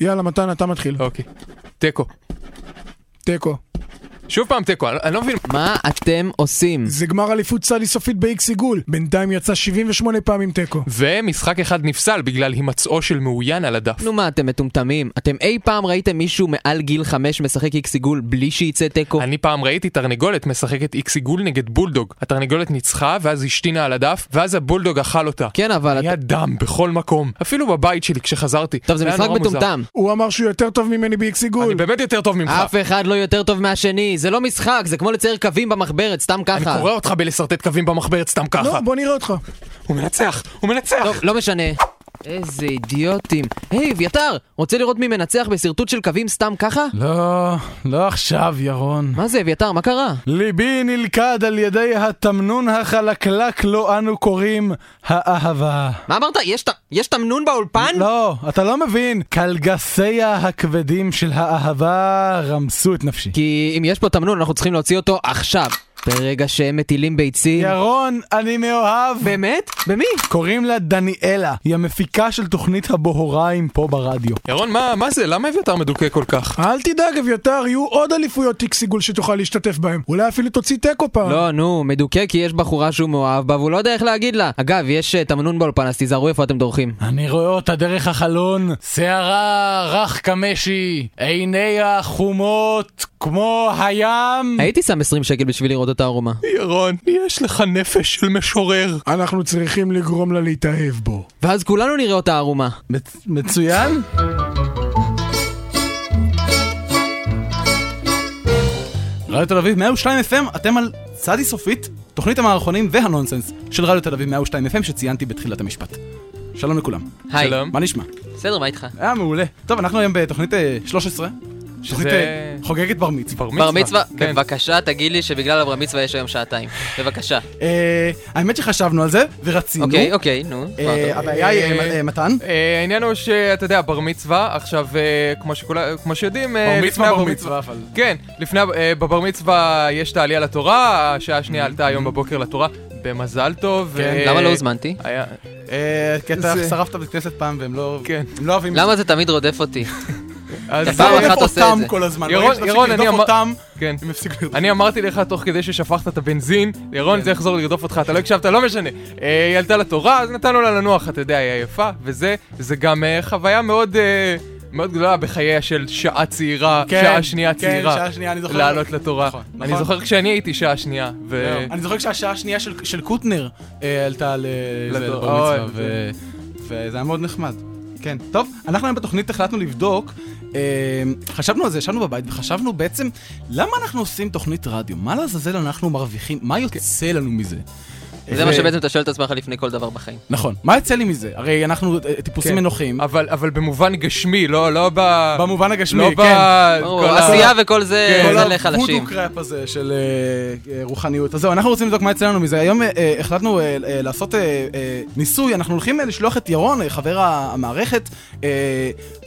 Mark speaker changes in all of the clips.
Speaker 1: יאללה, מתן, אתה מתחיל.
Speaker 2: אוקיי. תיקו.
Speaker 1: תיקו.
Speaker 2: שוב פעם תיקו, אני- אני לא מבין.
Speaker 3: מה אתם עושים?
Speaker 1: זה גמר אליפות סלי סופית ב-X עיגול. בינתיים יצא 78 פעמים תיקו.
Speaker 2: ומשחק אחד נפסל בגלל הימצאו של מאוין על הדף.
Speaker 3: נו מה, אתם מטומטמים? אתם אי פעם ראיתם מישהו מעל גיל 5 משחק איקס עיגול בלי שיצא תיקו?
Speaker 2: אני פעם ראיתי תרנגולת משחקת איקס עיגול נגד בולדוג. התרנגולת ניצחה, ואז השתינה על הדף, ואז הבולדוג אכל אותה.
Speaker 3: כן, אבל...
Speaker 2: היה
Speaker 3: אתה-
Speaker 2: דם בכל מקום. אפילו בבית שלי כשחזרתי.
Speaker 3: טוב, זה
Speaker 2: היה
Speaker 3: משחק
Speaker 2: נורא מוזר.
Speaker 3: מטומטם.
Speaker 1: הוא אמר שהוא יותר טוב ממני ב-X עיגול.
Speaker 2: אני באמת יותר טוב ממך.
Speaker 3: אף אחד לא יותר טוב מהשני, זה לא משחק, זה כמו לצייר קווים במחברת, סתם
Speaker 2: אני
Speaker 3: ככה.
Speaker 2: קורא אותך בלשרטט קווים במחברת סתם ככה.
Speaker 1: לא, בוא נראה אותך.
Speaker 2: הוא מנצח, הוא מנצח!
Speaker 3: טוב, לא משנה. איזה אידיוטים. היי, אביתר, רוצה לראות מי מנצח בשרטוט של קווים סתם ככה?
Speaker 4: לא, לא עכשיו, ירון.
Speaker 3: מה זה, אביתר, מה קרה?
Speaker 2: לא.
Speaker 4: ליבי נלכד על ידי התמנון החלקלק לו אנו קוראים האהבה.
Speaker 3: מה אמרת? יש ת- יש תמנון באולפן?
Speaker 4: לא, אתה לא מבין. קלגסיה הכבדים של האהבה רמסו את נפשי.
Speaker 3: כי אם יש פה תמנון, אנחנו צריכים להוציא אותו עכשיו. ברגע שהם מטילים ביצים...
Speaker 4: ירון, אני מאוהב.
Speaker 3: באמת? במי?
Speaker 4: קוראים לה דניאלה. היא המפיקה של תוכנית הבוהריים פה ברדיו.
Speaker 2: ירון, מה, מה זה? למה אביתר מדוכא כל כך?
Speaker 1: אל תדאג, אביתר, יהיו עוד אליפויות X עיגול שתוכל להשתתף בהם. אולי אפילו תוציא תיקו פעם.
Speaker 3: לא, נו, מדוכא כי יש בחורה שהוא מאוהב בה והוא לא יודע איך להגיד לה. אגב, יש אה, תמנון באולפן, אז תיזהרו איפה אתם דורכים.
Speaker 4: אני רואה אותה דרך החלון, שערה רך כמשי, עיניה חומות כמו הים.
Speaker 3: הייתי שם 20 שקל בשביל לראות אותה ערומה.
Speaker 2: ירון, יש לך נפש של משורר.
Speaker 1: אנחנו צריכים לגרום לה להתאהב בו.
Speaker 3: ואז כולנו נראה אותה ערומה.
Speaker 4: מצ- מצוין. רדיו תל אביב 102 FM, אתם על צדי סופית, תוכנית המערכונים והנונסנס של רדיו תל אביב 102 FM שציינתי בתחילת המשפט. שלום לכולם,
Speaker 3: היי.
Speaker 2: שלום.
Speaker 4: מה נשמע?
Speaker 3: בסדר, מה איתך?
Speaker 4: היה מעולה. טוב, אנחנו היום בתוכנית אה, 13, תוכנית אה, חוגגת בר מצווה.
Speaker 3: בר מצווה,
Speaker 2: כן.
Speaker 3: בבקשה תגיד לי שבגלל הבר מצווה יש היום שעתיים. בבקשה.
Speaker 4: אה, האמת שחשבנו על זה, ורצינו.
Speaker 3: אוקיי, אוקיי, נו.
Speaker 4: אה,
Speaker 3: מה אתה-
Speaker 4: הבעיה היא אה, מ- אה, מתן.
Speaker 2: אה, העניין הוא שאתה יודע, בר מצווה, עכשיו, אה, כמו שכולם, כמו שיודעים, אה, לפני הבר
Speaker 4: אבל.
Speaker 2: כן, לפני, ה- אה, בבר מצווה יש את העלייה לתורה, השעה השנייה עלתה היום בבוקר לתורה, במזל טוב.
Speaker 4: כן,
Speaker 2: אה,
Speaker 3: למה לא הוזמנתי?
Speaker 2: היה-
Speaker 4: אה, כי אתה
Speaker 2: זה-
Speaker 4: שרפת בית כנסת פעם והם לא...
Speaker 2: כן.
Speaker 4: הם לא אוהבים את
Speaker 3: למה זה תמיד רודף אותי?
Speaker 2: אה, אז,
Speaker 4: זה.
Speaker 3: פעם
Speaker 2: אה,
Speaker 3: אחת עושה את
Speaker 4: אותם
Speaker 3: זה.
Speaker 4: כל הזמן.
Speaker 2: ירון-
Speaker 4: ברגע שתפסיק
Speaker 2: ירון, אני
Speaker 4: לרדוף
Speaker 2: אמר-
Speaker 4: אותם,
Speaker 2: כן.
Speaker 4: הם יפסיקו לרדוף.
Speaker 2: אני אמרתי לך תוך כדי ששפכת את הבנזין,
Speaker 4: כן.
Speaker 2: ירון זה יחזור לרדוף אותך, אתה לא הקשבת, לא משנה. אה, היא עלתה לתורה, אז נתנו לה לנוח, אתה יודע, היא עייפה, וזה, זה גם אה, חוויה מאוד... אה, מאוד גדולה בחייה של שעה צעירה,
Speaker 4: כן,
Speaker 2: שעה שנייה
Speaker 4: כן,
Speaker 2: צעירה,
Speaker 4: שעה שנייה, אני זוכר.
Speaker 2: לעלות לתורה.
Speaker 4: נכון,
Speaker 2: אני
Speaker 4: נכון. לא,
Speaker 2: זוכר כשאני הייתי שעה שנייה, ו...
Speaker 4: זהו. אני זוכר שהשעה השנייה של- של קוטנר אה, עלתה ל- זה,
Speaker 2: לדור-
Speaker 4: לבר
Speaker 2: אוי, אוקיי.
Speaker 4: מצווה, ו- וזה היה מאוד נחמד. כן, טוב, אנחנו היום בתוכנית החלטנו לבדוק, אה, חשבנו על זה, ישבנו בבית וחשבנו בעצם, למה אנחנו עושים תוכנית רדיו? מה לעזאזל אנחנו מרוויחים?
Speaker 2: כן.
Speaker 4: מה יוצא לנו מזה?
Speaker 3: זה
Speaker 4: אה,
Speaker 3: מה שבעצם אתה שואל את עצמך לפני כל דבר בחיים.
Speaker 4: נכון, מה יצא לי מזה? הרי אנחנו אה, טיפוסים
Speaker 2: כן.
Speaker 4: אנוכיים,
Speaker 2: אבל, אבל במובן גשמי, לא, לא ב...
Speaker 4: במובן
Speaker 2: לא
Speaker 4: הגשמי,
Speaker 2: ב...
Speaker 4: כן.
Speaker 3: ברור,
Speaker 2: כל ה- כן.
Speaker 3: עשייה וכל זה,
Speaker 4: כל
Speaker 3: אה, זה לחלשים.
Speaker 4: הוודו קראפ הזה של אה, אה, רוחניות. אז זהו, אנחנו רוצים לבדוק מה יצא לנו מזה. היום אה, אה, החלטנו אה, אה, לעשות אה, אה, ניסוי, אנחנו הולכים אה, לשלוח את ירון, אה, חבר ה- המערכת, אה,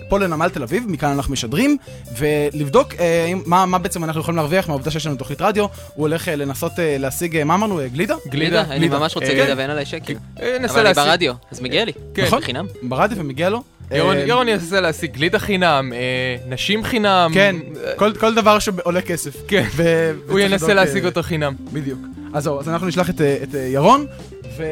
Speaker 4: פה לנמל תל אביב, מכאן אנחנו משדרים, ולבדוק אה, אם- מה מה בעצם אנחנו יכולים להרוויח מהעובדה שיש לנו תוכנית רדיו. הוא הולך אה, לנסות אה, להשיג, אה, מה אמרנו? אה, גלידה?
Speaker 3: גלידה, אני
Speaker 2: גלידה.
Speaker 3: ממש רוצה
Speaker 2: אה,
Speaker 3: גלידה
Speaker 2: כן.
Speaker 3: ואין עליי שקל.
Speaker 2: אה, ננסה
Speaker 3: אבל אני
Speaker 2: להשיג-
Speaker 3: ברדיו, אז מגיע לי.
Speaker 2: כן.
Speaker 3: נכון. חינם.
Speaker 4: ברדיו ומגיע לו.
Speaker 2: ירון-
Speaker 4: אה,
Speaker 2: ירון ינסה להשיג גלידה חינם, אה, נשים חינם.
Speaker 4: כן,
Speaker 2: אה,
Speaker 4: כל- כל דבר שעולה כסף.
Speaker 2: כן.
Speaker 4: ו-
Speaker 2: הוא
Speaker 4: וצריך
Speaker 2: ינסה
Speaker 4: לבדוק, אה,
Speaker 2: להשיג אותו חינם.
Speaker 4: בדיוק. אז זהו, אז אנחנו נשלח את, אה, את אה, ירון, ו...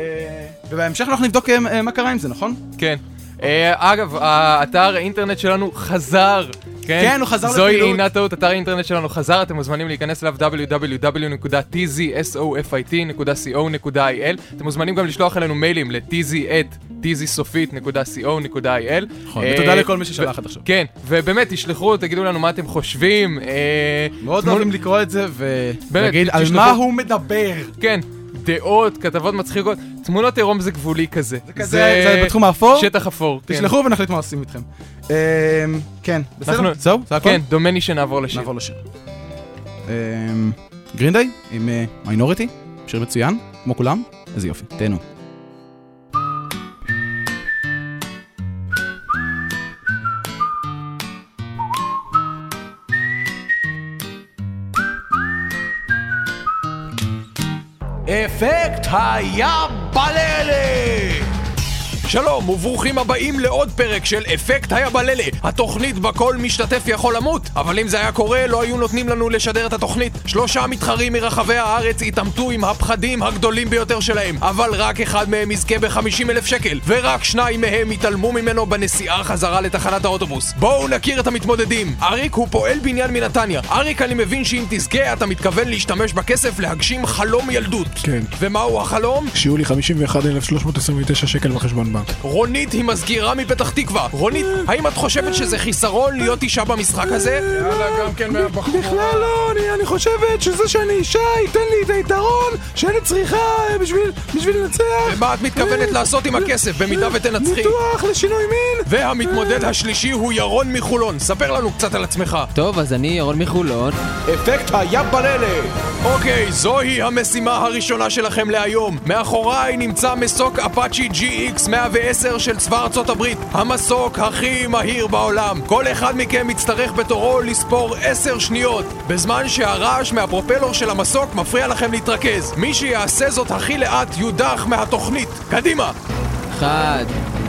Speaker 4: ובהמשך אנחנו נבדוק אה, אה, מה קרה עם זה, נכון?
Speaker 2: כן. אה, אגב, האתר האינטרנט שלנו חזר. כן,
Speaker 4: כן, הוא חזר
Speaker 2: זוהי
Speaker 4: לפעילות.
Speaker 2: אינה טעות, אתר האינטרנט שלנו חזר, אתם מוזמנים להיכנס אליו www.tzsofit.co.il אתם מוזמנים גם לשלוח אלינו מיילים ל-tzsofit.co.il
Speaker 4: נכון, ותודה לכל מי ששלח עד עכשיו.
Speaker 2: אה, כן, ובאמת, תשלחו, תגידו לנו מה אתם חושבים. אה,
Speaker 4: מאוד
Speaker 2: תנו-
Speaker 4: אוהבים לקרוא את זה
Speaker 2: באמת,
Speaker 4: ולהגיד על
Speaker 2: תשלחו-
Speaker 4: מה הוא מדבר.
Speaker 2: כן, דעות, כתבות מצחיקות, תמונות עירום זה גבולי כזה. זה
Speaker 4: כזה, זה בתחום האפור.
Speaker 2: שטח אפור. כן.
Speaker 4: תשלחו ונחליט מה עושים איתכם. אה, כן, בסדר?
Speaker 2: אנחנו-
Speaker 4: זהו, זה הכל?
Speaker 2: כן, דומני שנעבור לשיר.
Speaker 4: נעבור לשיר. אה, גרינדיי עם מיינוריטי, שיר מצוין, כמו כולם, איזה יופי, תהנו. אפקט היה בלילה!
Speaker 2: שלום וברוכים הבאים לעוד פרק של אפקט היבללה. התוכנית בה כל משתתף יכול למות, אבל אם זה היה קורה, לא היו נותנים לנו לשדר את התוכנית. שלושה מתחרים מרחבי הארץ התעמתו עם הפחדים הגדולים ביותר שלהם, אבל רק אחד מהם יזכה ב-50 אלף שקל, ורק שניים מהם התעלמו ממנו בנסיעה חזרה לתחנת האוטובוס. בואו נכיר את המתמודדים. אריק הוא פועל בניין מנתניה. אריק, אני מבין שאם תזכה, אתה מתכוון להשתמש בכסף להגשים חלום ילדות.
Speaker 1: כן.
Speaker 2: ומהו החלום?
Speaker 1: שיהיו לי 51,329 שקל בחשבון בנק.
Speaker 2: רונית היא מזכירה מפתח תקווה. רונית, האם את חושבת שזה חיסרון להיות אישה במשחק הזה?
Speaker 1: יאללה, גם כן מהבחורה. בכלל לא, אני, אני חושבת שזה שאני אישה ייתן לי את היתרון שאני צריכה אה, בשביל, בשביל לנצח.
Speaker 2: ומה את מתכוונת לעשות עם הכסף במידה ותנצחי?
Speaker 1: ניתוח לשינוי מין.
Speaker 2: והמתמודד השלישי הוא ירון מחולון. ספר לנו קצת על עצמך.
Speaker 3: טוב, אז אני ירון מחולון.
Speaker 2: אפקט היבללה! אוקיי, זוהי המשימה הראשונה שלכם להיום. מאחוריי נמצא מסוק אפאצ'י GX 110 של צבא ארצות הברית. המסוק הכי מהיר בעולם. כל אחד מכם יצטרך בתורו לספור 10 שניות, בזמן שהרעש מהפרופלור של המסוק מפריע לכם להתרכז. מי שיעשה זאת הכי לאט יודח מהתוכנית. קדימה!
Speaker 3: אחד,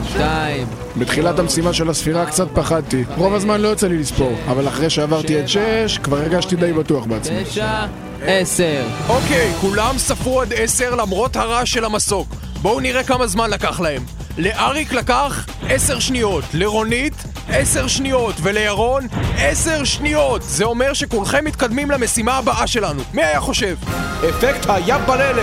Speaker 3: שתיים.
Speaker 1: בתחילת המשימה של הספירה קצת פחדתי. רוב הזמן לא יוצא לי לספור, אבל אחרי שעברתי את 6, כבר הרגשתי די בטוח בעצמי.
Speaker 3: תשע, עשר.
Speaker 2: אוקיי, כולם ספרו עד עשר למרות הרעש של המסוק. בואו נראה כמה זמן לקח להם. לאריק לקח עשר שניות, לרונית עשר שניות, ולירון עשר שניות! זה אומר שכולכם מתקדמים למשימה הבאה שלנו. מי היה חושב? אפקט היבללה!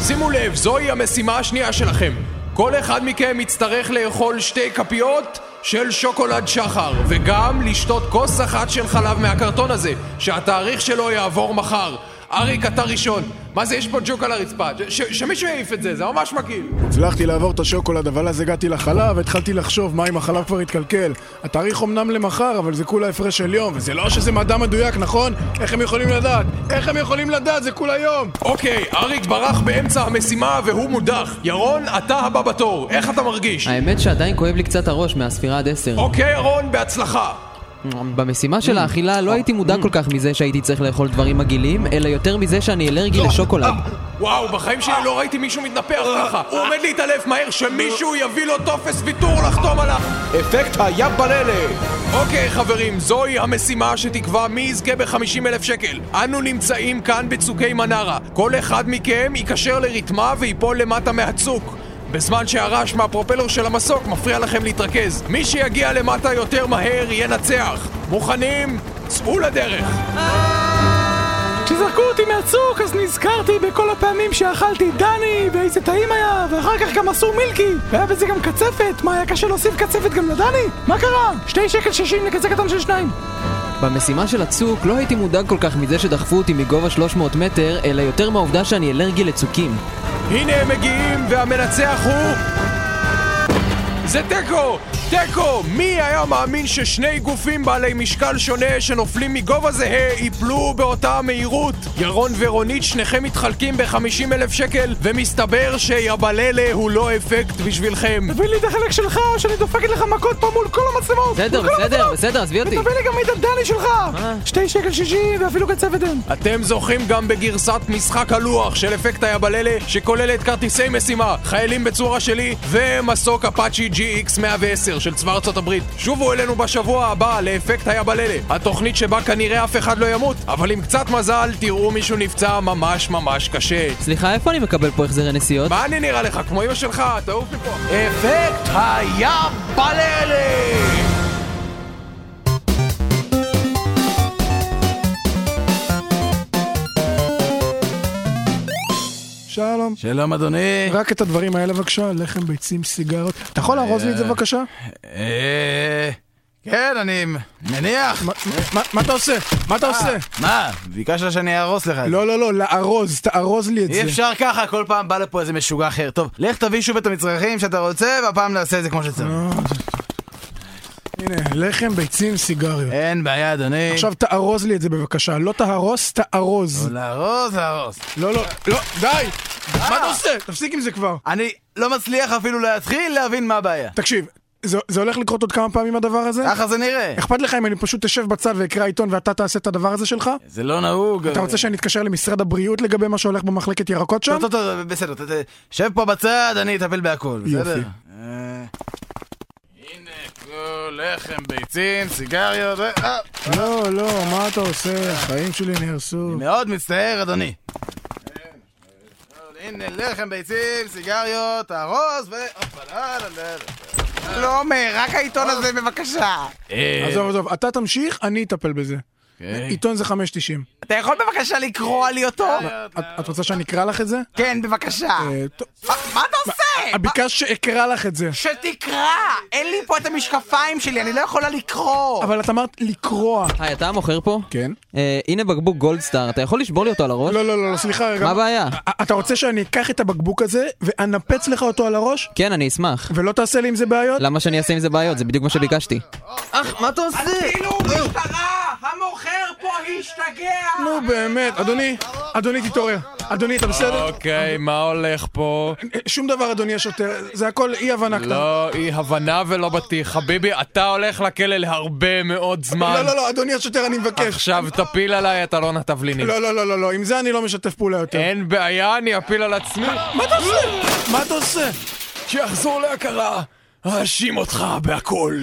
Speaker 2: שימו לב, זוהי המשימה השנייה שלכם. כל אחד מכם יצטרך לאכול שתי כפיות של שוקולד שחר, וגם לשתות כוס אחת של חלב מהקרטון הזה, שהתאריך שלו יעבור מחר. אריק, אתה ראשון. מה זה, יש פה ג'וק על הרצפה. ש- שמישהו יעיף את זה, זה ממש מגעיל.
Speaker 1: הצלחתי לעבור את השוקולד, אבל אז הגעתי לחלב, התחלתי לחשוב מה אם החלב כבר התקלקל. התאריך אמנם למחר, אבל זה כולה הפרש של יום, וזה לא שזה מדע מדויק, נכון? איך הם יכולים לדעת? איך הם יכולים לדעת? זה כולה יום!
Speaker 2: אוקיי, אריק ברח באמצע המשימה והוא מודח. ירון, אתה הבא בתור, איך אתה מרגיש?
Speaker 3: האמת שעדיין כואב לי קצת הראש מהספירה עד עשר.
Speaker 2: אוקיי, ירון, בהצלחה.
Speaker 3: במשימה של האכילה לא הייתי מודע כל כך מזה שהייתי צריך לאכול דברים מגעילים, אלא יותר מזה שאני אלרגי לשוקולד.
Speaker 2: וואו, בחיים שלי לא ראיתי מישהו מתנפח ככה. הוא עומד להתעלף מהר, שמישהו אה, יביא לו טופס ויתור לחתום על ה... אפקט היבללה! אוקיי, חברים, זוהי המשימה שתקבע מי יזכה ב-50 אלף שקל. אנו נמצאים כאן בצוקי מנרה. כל אחד מכם ייקשר לרתמה ויפול למטה מהצוק. בזמן שהרעש מהפרופלר של המסוק מפריע לכם להתרכז. מי שיגיע למטה יותר מהר ינצח. מוכנים? צאו לדרך.
Speaker 5: כשזרקו אותי מהצוק אז נזכרתי בכל הפעמים שאכלתי דני ואיזה טעים היה ואחר כך גם עשו מילקי והיה בזה גם קצפת מה היה קשה להוסיף קצפת גם לדני? מה קרה? שתי שקל שישים לכזה קטן של שניים
Speaker 3: במשימה של הצוק לא הייתי מודאג כל כך מזה שדחפו אותי מגובה 300 מטר, אלא יותר מהעובדה שאני אלרגי לצוקים.
Speaker 2: הנה הם מגיעים, והמנצח הוא... זה תיקו! תיקו! מי היה מאמין ששני גופים בעלי משקל שונה שנופלים מגובה זהה ייפלו באותה המהירות? ירון ורונית שניכם מתחלקים ב-50 אלף שקל ומסתבר שיבללה הוא לא אפקט בשבילכם
Speaker 5: תביא לי את החלק שלך שאני דופקת לך מכות פה מול כל המצלמות
Speaker 3: בסדר,
Speaker 5: מול כל
Speaker 3: בסדר,
Speaker 5: המצלמות.
Speaker 3: בסדר, עזבי אותי.
Speaker 5: ותביא לי גם את הדני שלך שתי שקל שישים ואפילו קצפת אין
Speaker 2: אתם זוכים גם בגרסת משחק הלוח של אפקט היבללה שכוללת כרטיסי משימה, חיילים בצורה שלי ומסוק אפאצ'י GX 110 של צבא ארצות הברית. שובו אלינו בשבוע הבא לאפקט היבללה, התוכנית שבה כנראה אף אחד לא ימות, אבל עם קצת מזל תראו מישהו נפצע ממש ממש קשה.
Speaker 3: סליחה, איפה אני מקבל פה החזרי נסיעות?
Speaker 2: מה אני נראה לך? כמו אמא שלך? תעוף מפה. אפקט היבללה!
Speaker 1: שלום.
Speaker 4: שלום אדוני.
Speaker 1: רק את הדברים האלה בבקשה, לחם, ביצים, סיגריות. אתה יכול לארוז לי את זה בבקשה?
Speaker 4: אה, כן, אני מניח.
Speaker 1: מה- מה- מה אתה עושה? מה אתה עושה?
Speaker 4: מה? ביקשת שאני אהרוס לך את זה.
Speaker 1: לא, לא, לא, לארוז, תארוז לי את
Speaker 4: אי
Speaker 1: זה.
Speaker 4: אפשר ככה, כל פעם בא לפה איזה משוגע אחר. טוב, לך תביא שוב את המצרכים שאתה רוצה, והפעם נעשה את זה כמו שצריך.
Speaker 1: אה. הנה, לחם, ביצים, סיגריות.
Speaker 4: אין בעיה, אדוני.
Speaker 1: עכשיו תארוז לי את זה בבקשה, לא תהרוס, תארוז.
Speaker 4: לא, להרוס, להרוס.
Speaker 1: לא, לא, לא, די! מה אתה עושה? תפסיק עם זה כבר.
Speaker 4: אני לא מצליח אפילו להתחיל להבין מה הבעיה.
Speaker 1: תקשיב, זה זה הולך לקרות עוד כמה פעמים הדבר הזה?
Speaker 4: ככה זה נראה.
Speaker 1: אכפת לך אם אני פשוט אשב בצד ואקרא עיתון ואתה תעשה את הדבר הזה שלך?
Speaker 4: זה לא נהוג.
Speaker 1: אתה רוצה שאני אתקשר למשרד הבריאות לגבי מה שהולך במחלקת ירקות שם?
Speaker 4: טוב, טוב, טוב, בסדר, ת- ת- שב פה בצד, אני אטפל בהכל, בסדר?
Speaker 1: יופי.
Speaker 4: אה, הנה, כל לחם, ביצים, סיגריות, אה, אה,
Speaker 1: לא, לא, מה אתה עושה? החיים שלי נהרסו.
Speaker 4: מאוד מצטער, אדוני. כן, הנה, לחם, ביצים, סיגריות, תארוז, ו... הופה, לא, לא, לא,
Speaker 5: לא אומר, רק העיתון הזה בבקשה.
Speaker 4: לא.
Speaker 1: עזוב, עזוב, אתה תמשיך, אני אטפל בזה.
Speaker 4: אוקיי.
Speaker 1: עיתון זה 5.90.
Speaker 5: אתה יכול בבקשה לקרוא לי אותו?
Speaker 1: את- את רוצה שאני אקרא לך את זה?
Speaker 5: כן, בבקשה.
Speaker 1: אה, טוב.
Speaker 5: מה מה אתה עושה?
Speaker 1: ביקשת שאקרא לך את זה.
Speaker 5: שתקרא! אין לי פה את המשקפיים שלי, אני לא יכולה לקרוא!
Speaker 1: אבל את אמרת לקרוע.
Speaker 3: היי, אתה המוכר פה?
Speaker 1: כן?
Speaker 3: אה, הנה בקבוק גולדסטאר, אתה יכול לשבור לי אותו על הראש?
Speaker 1: לא, לא, לא, לא, סליחה רגע.
Speaker 3: מה הבעיה?
Speaker 1: א- אתה רוצה שאני אקח את הבקבוק הזה ואנפץ לך אותו על הראש?
Speaker 3: כן, אני אשמח.
Speaker 1: ולא תעשה לי עם זה בעיות?
Speaker 3: למה שאני אעשה עם זה בעיות? זה בדיוק מה שביקשתי. אח, מה אתה עושה?
Speaker 5: כאילו, משטרה! המוכר פה השתגע!
Speaker 1: נו באמת, אדוני, אדוני תתעורר. אדוני, אתה בסדר?
Speaker 2: אוקיי, מה הולך פה?
Speaker 1: שום דבר, אדוני השוטר, זה הכל אי הבנה קטנה.
Speaker 2: לא אי הבנה ולא בטיח. חביבי, אתה הולך לכלא להרבה מאוד זמן.
Speaker 1: לא, לא, לא, אדוני השוטר, אני מבקש.
Speaker 2: עכשיו תפיל עליי, אתה לא נתבלינים.
Speaker 1: לא, לא, לא, לא, לא, עם זה אני לא משתף פעולה יותר.
Speaker 2: אין בעיה, אני אפיל על עצמי.
Speaker 1: מה אתה עושה? מה אתה עושה?
Speaker 2: שיחזור להכרה, אאשים אותך בהכל.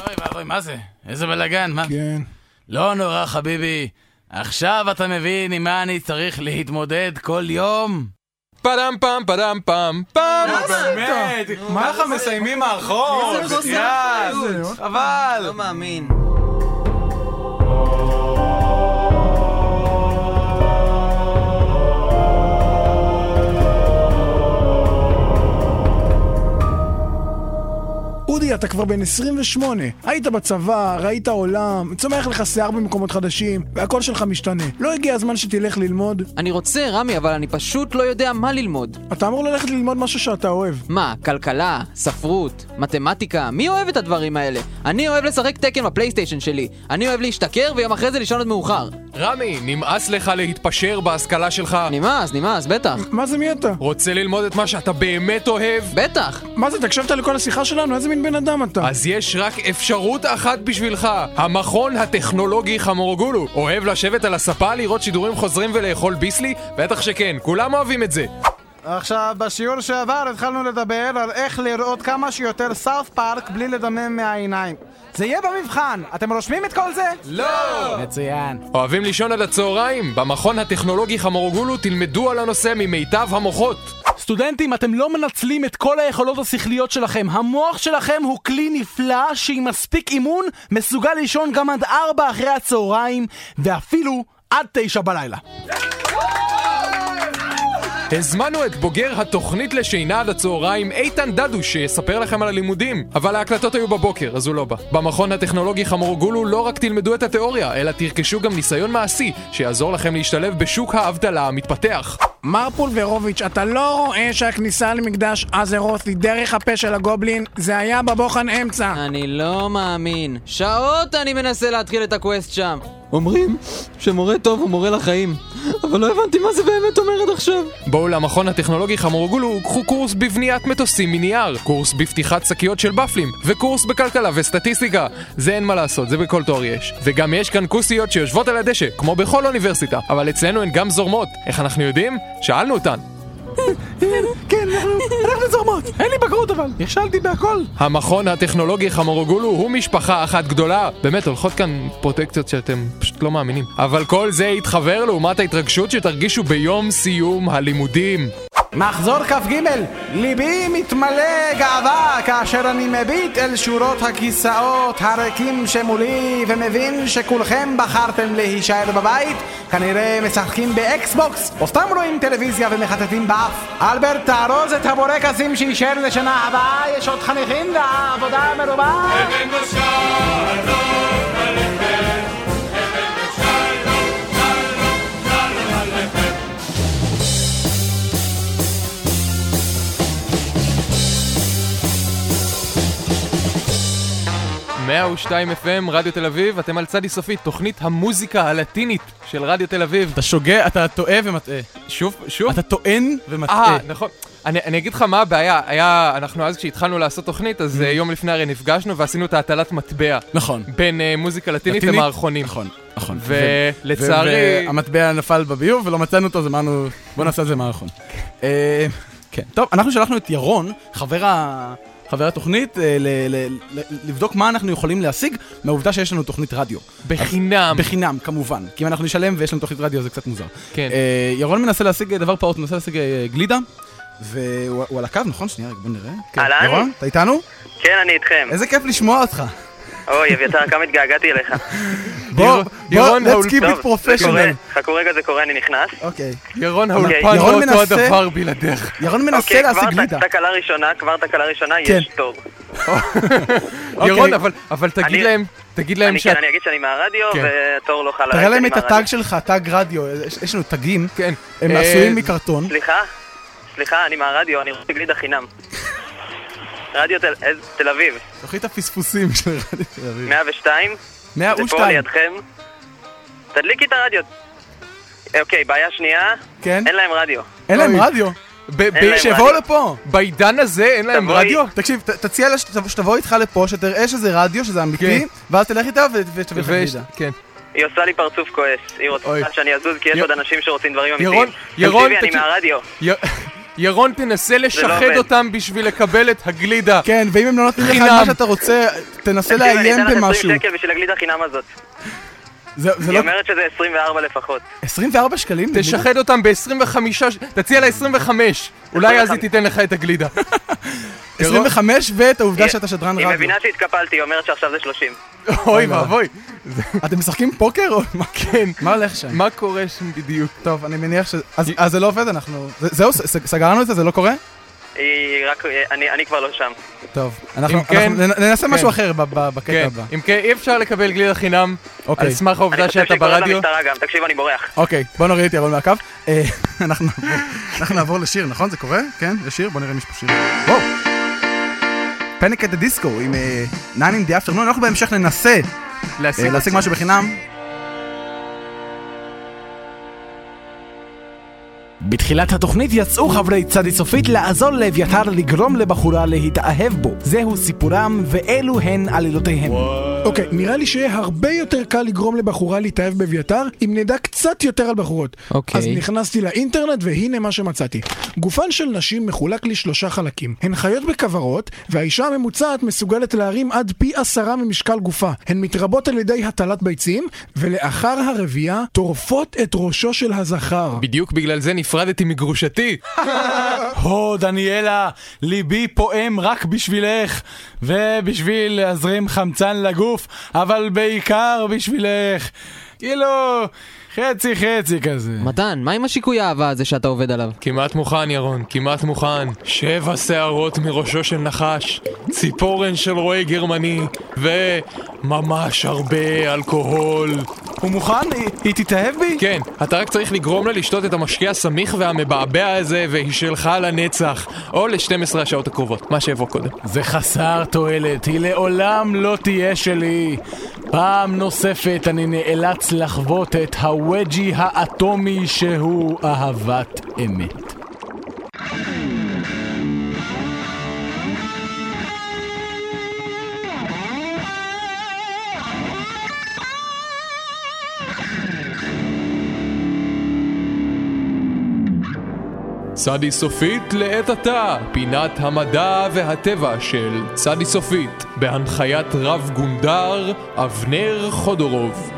Speaker 4: אוי ואבוי, מה זה? איזה בלאגן, מה?
Speaker 1: כן.
Speaker 4: לא נורא, חביבי. עכשיו אתה מבין עם מה אני צריך להתמודד כל יום?
Speaker 2: פדם פם פדם פם פם.
Speaker 4: באמת, ככה מסיימים מערכות?
Speaker 3: לא מאמין.
Speaker 1: אודי, אתה כבר בן 28. היית בצבא, ראית עולם, צומח לך שיער במקומות חדשים, והקול שלך משתנה. לא הגיע הזמן שתלך ללמוד?
Speaker 3: אני רוצה, רמי, אבל אני פשוט לא יודע מה ללמוד.
Speaker 1: אתה אמור ללכת ללמוד משהו שאתה אוהב.
Speaker 3: מה, כלכלה, ספרות, מתמטיקה, מי אוהב את הדברים האלה? אני אוהב לשחק תקן בפלייסטיישן שלי. אני אוהב להשתכר ויום אחרי זה לישון עד מאוחר.
Speaker 2: רמי, נמאס לך להתפשר בהשכלה שלך.
Speaker 3: נמאס, נמאס, בטח.
Speaker 1: מה זה, מי אתה?
Speaker 2: רוצה ללמוד את מה שאתה באמת אוהב?
Speaker 3: בטח.
Speaker 1: מה זה, אתה הקשבת לכל השיחה שלנו? איזה מין בן אדם אתה?
Speaker 2: אז יש רק אפשרות אחת בשבילך, המכון הטכנולוגי חמורגולו. אוהב לשבת על הספה, לראות שידורים חוזרים ולאכול ביסלי? בטח שכן, כולם אוהבים את זה.
Speaker 6: עכשיו, בשיעור שעבר התחלנו לדבר על איך לראות כמה שיותר סאוף פארק בלי לדמם מהעיניים.
Speaker 5: זה יהיה במבחן! אתם רושמים את כל זה?
Speaker 6: מצוין.
Speaker 2: לא! אוהבים לישון עד הצהריים? במכון הטכנולוגי חמורגולו תלמדו על הנושא ממיטב המוחות.
Speaker 5: סטודנטים, אתם לא מנצלים את כל היכולות השכליות שלכם. המוח שלכם הוא כלי נפלא שעם מספיק אימון מסוגל לישון גם עד 4 אחרי הצהריים, ואפילו עד 9 בלילה.
Speaker 2: הזמנו את בוגר התוכנית לשינה עד הצהריים, איתן דדוש, שיספר לכם על הלימודים. אבל ההקלטות היו בבוקר, אז הוא לא בא. במכון הטכנולוגי חמורגולו לא רק תלמדו את התיאוריה, אלא תרכשו גם ניסיון מעשי, שיעזור לכם להשתלב בשוק האבטלה המתפתח.
Speaker 1: מר פולברוביץ', אתה לא רואה שהכניסה למקדש אזרוס היא דרך הפה של הגובלין? זה היה בבוחן אמצע.
Speaker 3: אני לא מאמין. שעות אני מנסה להתחיל את הקווסט שם. אומרים שמורה טוב הוא מורה לחיים, אבל לא הבנתי מה זה באמת אומר עד עכשיו.
Speaker 2: בואו למכון הטכנולוגי חמורגולו וקחו קורס בבניית מטוסים מנייר, קורס בפתיחת שקיות של בפלים, וקורס בכלכלה וסטטיסטיקה. זה אין מה לעשות, זה בכל תואר יש. וגם יש כאן כוסיות שיושבות על הדשא, כמו בכל אוניברסיטה, אבל אצלנו הן גם זורמות. איך אנחנו יודעים? שאלנו אותן.
Speaker 5: כן, אנחנו- אנחנו זורמות. אין לי בגרות אבל. נכשלתי בהכל.
Speaker 2: המכון הטכנולוגי חמורגולו הוא משפחה אחת גדולה. באמת, הולכות כאן פרוטקציות שאתם פשוט לא מאמינים. אבל כל זה יתחבר לעומת ההתרגשות שתרגישו ביום סיום הלימודים.
Speaker 6: מחזור כ"ג, ליבי מתמלא גאווה כאשר אני מביט אל שורות הכיסאות הריקים שמולי ומבין שכולכם בחרתם להישאר בבית כנראה משחקים באקסבוקס או סתם רואים טלוויזיה ומחטטים באף אלברט תארוז את הבורקסים שיישאר לשנה הבאה יש עוד חניכים והעבודה מרובה
Speaker 2: 102 FM, רדיו תל אביב, אתם על צדי סופית, תוכנית המוזיקה הלטינית של רדיו תל אביב.
Speaker 4: אתה שוגה, אתה טועה ומטעה.
Speaker 2: שוב, שוב.
Speaker 4: אתה טוען
Speaker 2: אה,
Speaker 4: ומטעה.
Speaker 2: נכון. אני, אני אגיד לך מה הבעיה, היה, אנחנו אז כשהתחלנו לעשות תוכנית,
Speaker 4: Mm.
Speaker 2: אז אה, יום לפני הרי נפגשנו ועשינו את ההטלת מטבע
Speaker 4: נכון.
Speaker 2: בין אה, מוזיקה לטינית
Speaker 4: לטינית?
Speaker 2: למערכונים.
Speaker 4: נכון, נכון.
Speaker 2: ולצערי...
Speaker 4: המטבע נפל בביוב ולא מצאנו אותו, אז אמרנו, בוא נעשה את זה מערכון. אה, כן. טוב, אנחנו שלחנו את ירון, חבר ה... חבר התוכנית, אה, ל- ל- ל- לבדוק מה אנחנו יכולים להשיג מהעובדה שיש לנו תוכנית רדיו.
Speaker 2: בחינם.
Speaker 4: בחינם, כמובן. כי אם אנחנו נשלם ויש לנו תוכנית רדיו זה קצת מוזר.
Speaker 2: כן.
Speaker 4: אה, ירון מנסה להשיג דבר פעוט, מנסה להשיג אה, גלידה. והוא הוא על הקו, נכון? שנייה, רגע, בוא נראה. כן.
Speaker 7: אהלן?
Speaker 4: ירון, אתה איתנו?
Speaker 7: כן, אני איתכם.
Speaker 4: איזה כיף לשמוע אותך.
Speaker 7: אוי, אביתר, כמה התגעגעתי אליך.
Speaker 4: בוא, בוא,
Speaker 2: ירון
Speaker 4: let's keep
Speaker 7: טוב,
Speaker 4: it
Speaker 7: זה
Speaker 4: professional.
Speaker 7: קורה. חכו רגע, זה קורה, אני נכנס.
Speaker 4: אוקיי.
Speaker 2: ירון
Speaker 7: אוקיי.
Speaker 2: האולפן
Speaker 4: ירון
Speaker 2: הוא אותו
Speaker 4: מנסה-
Speaker 2: הדבר בלעדיך.
Speaker 4: ירון מנסה
Speaker 7: אוקיי,
Speaker 4: להשיג
Speaker 7: כבר
Speaker 4: גלידה.
Speaker 7: ת- תקלה ראשונה, כבר תקלה ראשונה,
Speaker 4: כן.
Speaker 7: יש תור.
Speaker 4: אוקיי.
Speaker 2: ירון, אבל- אבל תגיד
Speaker 7: אני-
Speaker 2: להם, תגיד להם
Speaker 7: אני
Speaker 2: שאת...
Speaker 7: כן, אני אגיד שאני מהרדיו,
Speaker 2: כן.
Speaker 7: והתור לא חל עליי.
Speaker 4: תראה
Speaker 7: כי
Speaker 4: להם
Speaker 7: אני
Speaker 4: את
Speaker 7: מהרדיו.
Speaker 4: הטאג שלך, טאג רדיו, יש- יש לנו טאגים,
Speaker 2: כן.
Speaker 4: הם
Speaker 2: אה,
Speaker 4: עשויים מקרטון.
Speaker 7: סליחה, סליחה, אני מהרדיו, אני רוצה גלידה חינם. רדיו תל- אה, תל אביב,
Speaker 4: תוכנית הפספוסים של רדיו תל אביב. אה,
Speaker 7: 102, זה פה
Speaker 4: 102,
Speaker 7: לידכם. תדליקי את הרדיו. אוקיי, בעיה שנייה,
Speaker 4: כן?
Speaker 7: אין להם רדיו.
Speaker 4: אין להם
Speaker 2: אוי.
Speaker 4: רדיו.
Speaker 2: ב- ב-
Speaker 7: להם
Speaker 2: שבוא-
Speaker 4: תבואו לפה.
Speaker 2: בעידן הזה אין להם
Speaker 7: תבואי.
Speaker 2: רדיו?
Speaker 4: תקשיב, ת- תציע לה שת- שתבוא איתך לפה, שתראה שזה רדיו, שזה אמיתי,
Speaker 2: כן.
Speaker 4: ואז תלך איתה ו- ותביא לך
Speaker 2: ויש-
Speaker 4: גלידה.
Speaker 2: כן.
Speaker 7: היא עושה לי פרצוף כועס,
Speaker 2: אוי.
Speaker 7: היא רוצה שאני אזוז כי יש
Speaker 2: י-
Speaker 7: עוד אנשים שרוצים דברים אמיתיים.
Speaker 2: ירון, ירון,
Speaker 7: תקשיבי, אני
Speaker 2: תקשיב-
Speaker 7: מהרדיו.
Speaker 2: י- ירון, תנסה לשחד
Speaker 7: לא עובד.
Speaker 2: אותם בשביל לקבל את הגלידה.
Speaker 4: כן, ואם הם לא נותנים לך את
Speaker 2: חינם.
Speaker 4: מה שאתה רוצה, תנסה
Speaker 7: תקשיבי,
Speaker 4: לאיים
Speaker 7: אני אתן לך
Speaker 4: במשהו.
Speaker 7: 20 שקל בשביל הגלידה חינם הזאת.
Speaker 4: זה זה
Speaker 7: היא
Speaker 4: לא...
Speaker 7: אומרת שזה 24 לפחות.
Speaker 4: 24 שקלים?
Speaker 2: תשחד אותם ב-25, תציע לה 25, אולי אז היא תיתן לך את הגלידה.
Speaker 4: 25 ואת העובדה
Speaker 7: היא-
Speaker 4: שאתה שדרן
Speaker 7: היא
Speaker 4: רדיו.
Speaker 7: מבינה שהתקפלתי, היא אומרת שעכשיו זה 30.
Speaker 2: אוי ואבוי.
Speaker 4: אתם משחקים פוקר או מה?
Speaker 2: כן.
Speaker 4: מה הולך שם?
Speaker 2: מה קורה שם בדיוק?
Speaker 4: טוב, אני מניח ש... אז- אז זה לא עובד, אנחנו... זה- זהו, ס- ס- סגרנו את זה, זה לא קורה?
Speaker 7: היא רק... אני אני כבר לא שם.
Speaker 4: טוב, אנחנו
Speaker 2: אם כן-
Speaker 4: אנחנו נ- ננסה
Speaker 2: כן.
Speaker 4: משהו אחר ב- ב- בקטע
Speaker 2: כן,
Speaker 4: הבא.
Speaker 2: אם כן, אי אפשר לקבל גלידה חינם,
Speaker 4: אוקיי.
Speaker 2: על סמך
Speaker 7: אני
Speaker 2: העובדה
Speaker 7: חושב
Speaker 2: שאתה
Speaker 7: שהיא קוראת
Speaker 2: ברדיו.
Speaker 7: למשטרה גם, תקשיב, אני בורח.
Speaker 4: אוקיי, בוא נוריד את ירון מהקו. אה, אנחנו נעבור- אנחנו נעבור לשיר, נכון? זה קורה? כן, יש שיר? בוא נראה אם יש פה שיר. וואו! פניק את הדיסקו עם אה, Nine in the Afternoon, אנחנו בהמשך ננסה אה,
Speaker 2: להשיג
Speaker 4: להשיג משהו בחינם.
Speaker 6: בתחילת התוכנית יצאו חברי צדי סופית לעזור לאביתר לגרום לבחורה להתאהב בו. זהו סיפורם, ואלו הן עלילותיהם.
Speaker 1: אוקיי, נראה לי שיהיה הרבה יותר קל לגרום לבחורה להתאהב באביתר, אם נדע קצת יותר על בחורות.
Speaker 3: אוקיי.
Speaker 1: אז נכנסתי לאינטרנט והנה מה שמצאתי. גופן של נשים מחולק לשלושה חלקים. הן חיות בכוורות, והאישה הממוצעת מסוגלת להרים עד פי עשרה ממשקל גופה. הן מתרבות על ידי הטלת ביצים, ולאחר הרבייה טורפות את ראשו של הזכר.
Speaker 2: בדיוק בגלל זה נפרדתי מגרושתי.
Speaker 5: הו, דניאלה, ליבי פועם רק בשבילך, ובשביל להזרים חמצן לגוף, אבל בעיקר בשבילך. כאילו, חצי חצי כזה.
Speaker 3: מתן, מה עם השיקוי האהבה הזה שאתה עובד עליו?
Speaker 2: כמעט מוכן, ירון, כמעט מוכן. שבע שערות מראשו של נחש, ציפורן של רועה גרמני, וממש הרבה אלכוהול.
Speaker 5: הוא מוכן? היא- היא תתאהב בי?
Speaker 2: כן, אתה רק צריך לגרום לה לשתות את המשקה הסמיך והמבעבע הזה, והיא שלך לנצח. או ל-12 השעות הקרובות, מה שיבוא קודם.
Speaker 5: זה חסר תועלת, היא לעולם לא תהיה שלי. פעם נוספת אני נאלץ לחוות את הווג'י האטומי שהוא אהבת אמת.
Speaker 2: צדי סופית לעת עתה, פינת המדע והטבע של צדי סופית, בהנחיית רב גונדר אבנר חודורוב.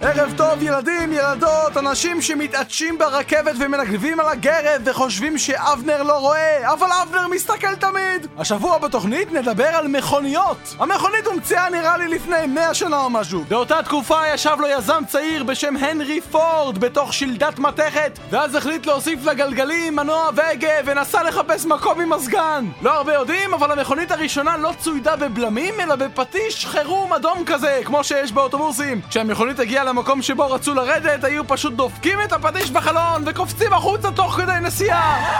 Speaker 6: ערב טוב ילדים, ילדות, אנשים שמתעטשים ברכבת ומנגבים על הגרב וחושבים שאבנר לא רואה, אבל אבנר מסתכל תמיד! השבוע בתוכנית נדבר על מכוניות! המכונית הומצאה נראה לי לפני 100 שנה או משהו. באותה תקופה ישב לו יזם צעיר בשם הנרי פורד בתוך שלדת מתכת, ואז החליט להוסיף לגלגלים מנוע והגה ונסע לחפש מקום עם מזגן! לא הרבה יודעים, אבל המכונית הראשונה לא צוידה בבלמים אלא בפטיש חירום אדום כזה, כמו שיש באוטובוסים. כשהמכונית הגיעה למקום שבו רצו לרדת, היו פשוט דופקים את הפטיש בחלון וקופצים החוצה תוך כדי נסיעה!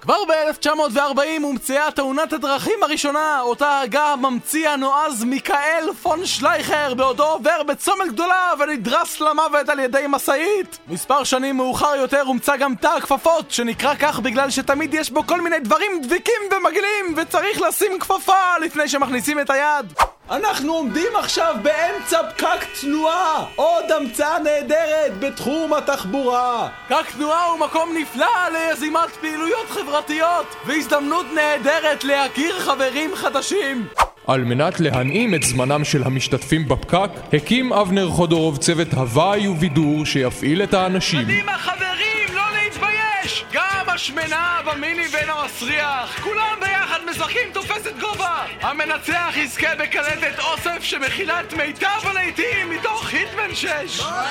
Speaker 2: כבר ב-1940 הומצאה תאונת הדרכים הראשונה, אותה הגה הממציא הנועז מיקאל פון שלייכר בעודו עובר בצומת גדולה ונדרס למוות על ידי משאית. מספר שנים מאוחר יותר הומצא גם תא הכפפות, שנקרא כך בגלל שתמיד יש בו כל מיני דברים דביקים ומגעילים, וצריך לשים כפפה לפני שמכניסים את היד. אנחנו עומדים עכשיו באמצע פקק תנועה! עוד המצאה נהדרת בתחום התחבורה! פקק תנועה הוא מקום נפלא ליזימת פעילויות חברתיות והזדמנות נהדרת להכיר חברים חדשים!
Speaker 8: על מנת להנעים את זמנם של המשתתפים בפקק, הקים אבנר חודורוב צוות הוואי ובידור שיפעיל את האנשים.
Speaker 2: עם החברים, לא להתבייש! גם השמנה במיני בן המסריח! כולם ביחד משחקים תופסת גובה! המנצח יזכה בקלטת אוסף שמכילה את מיטב הלהיטים מתוך היטמן 6! מה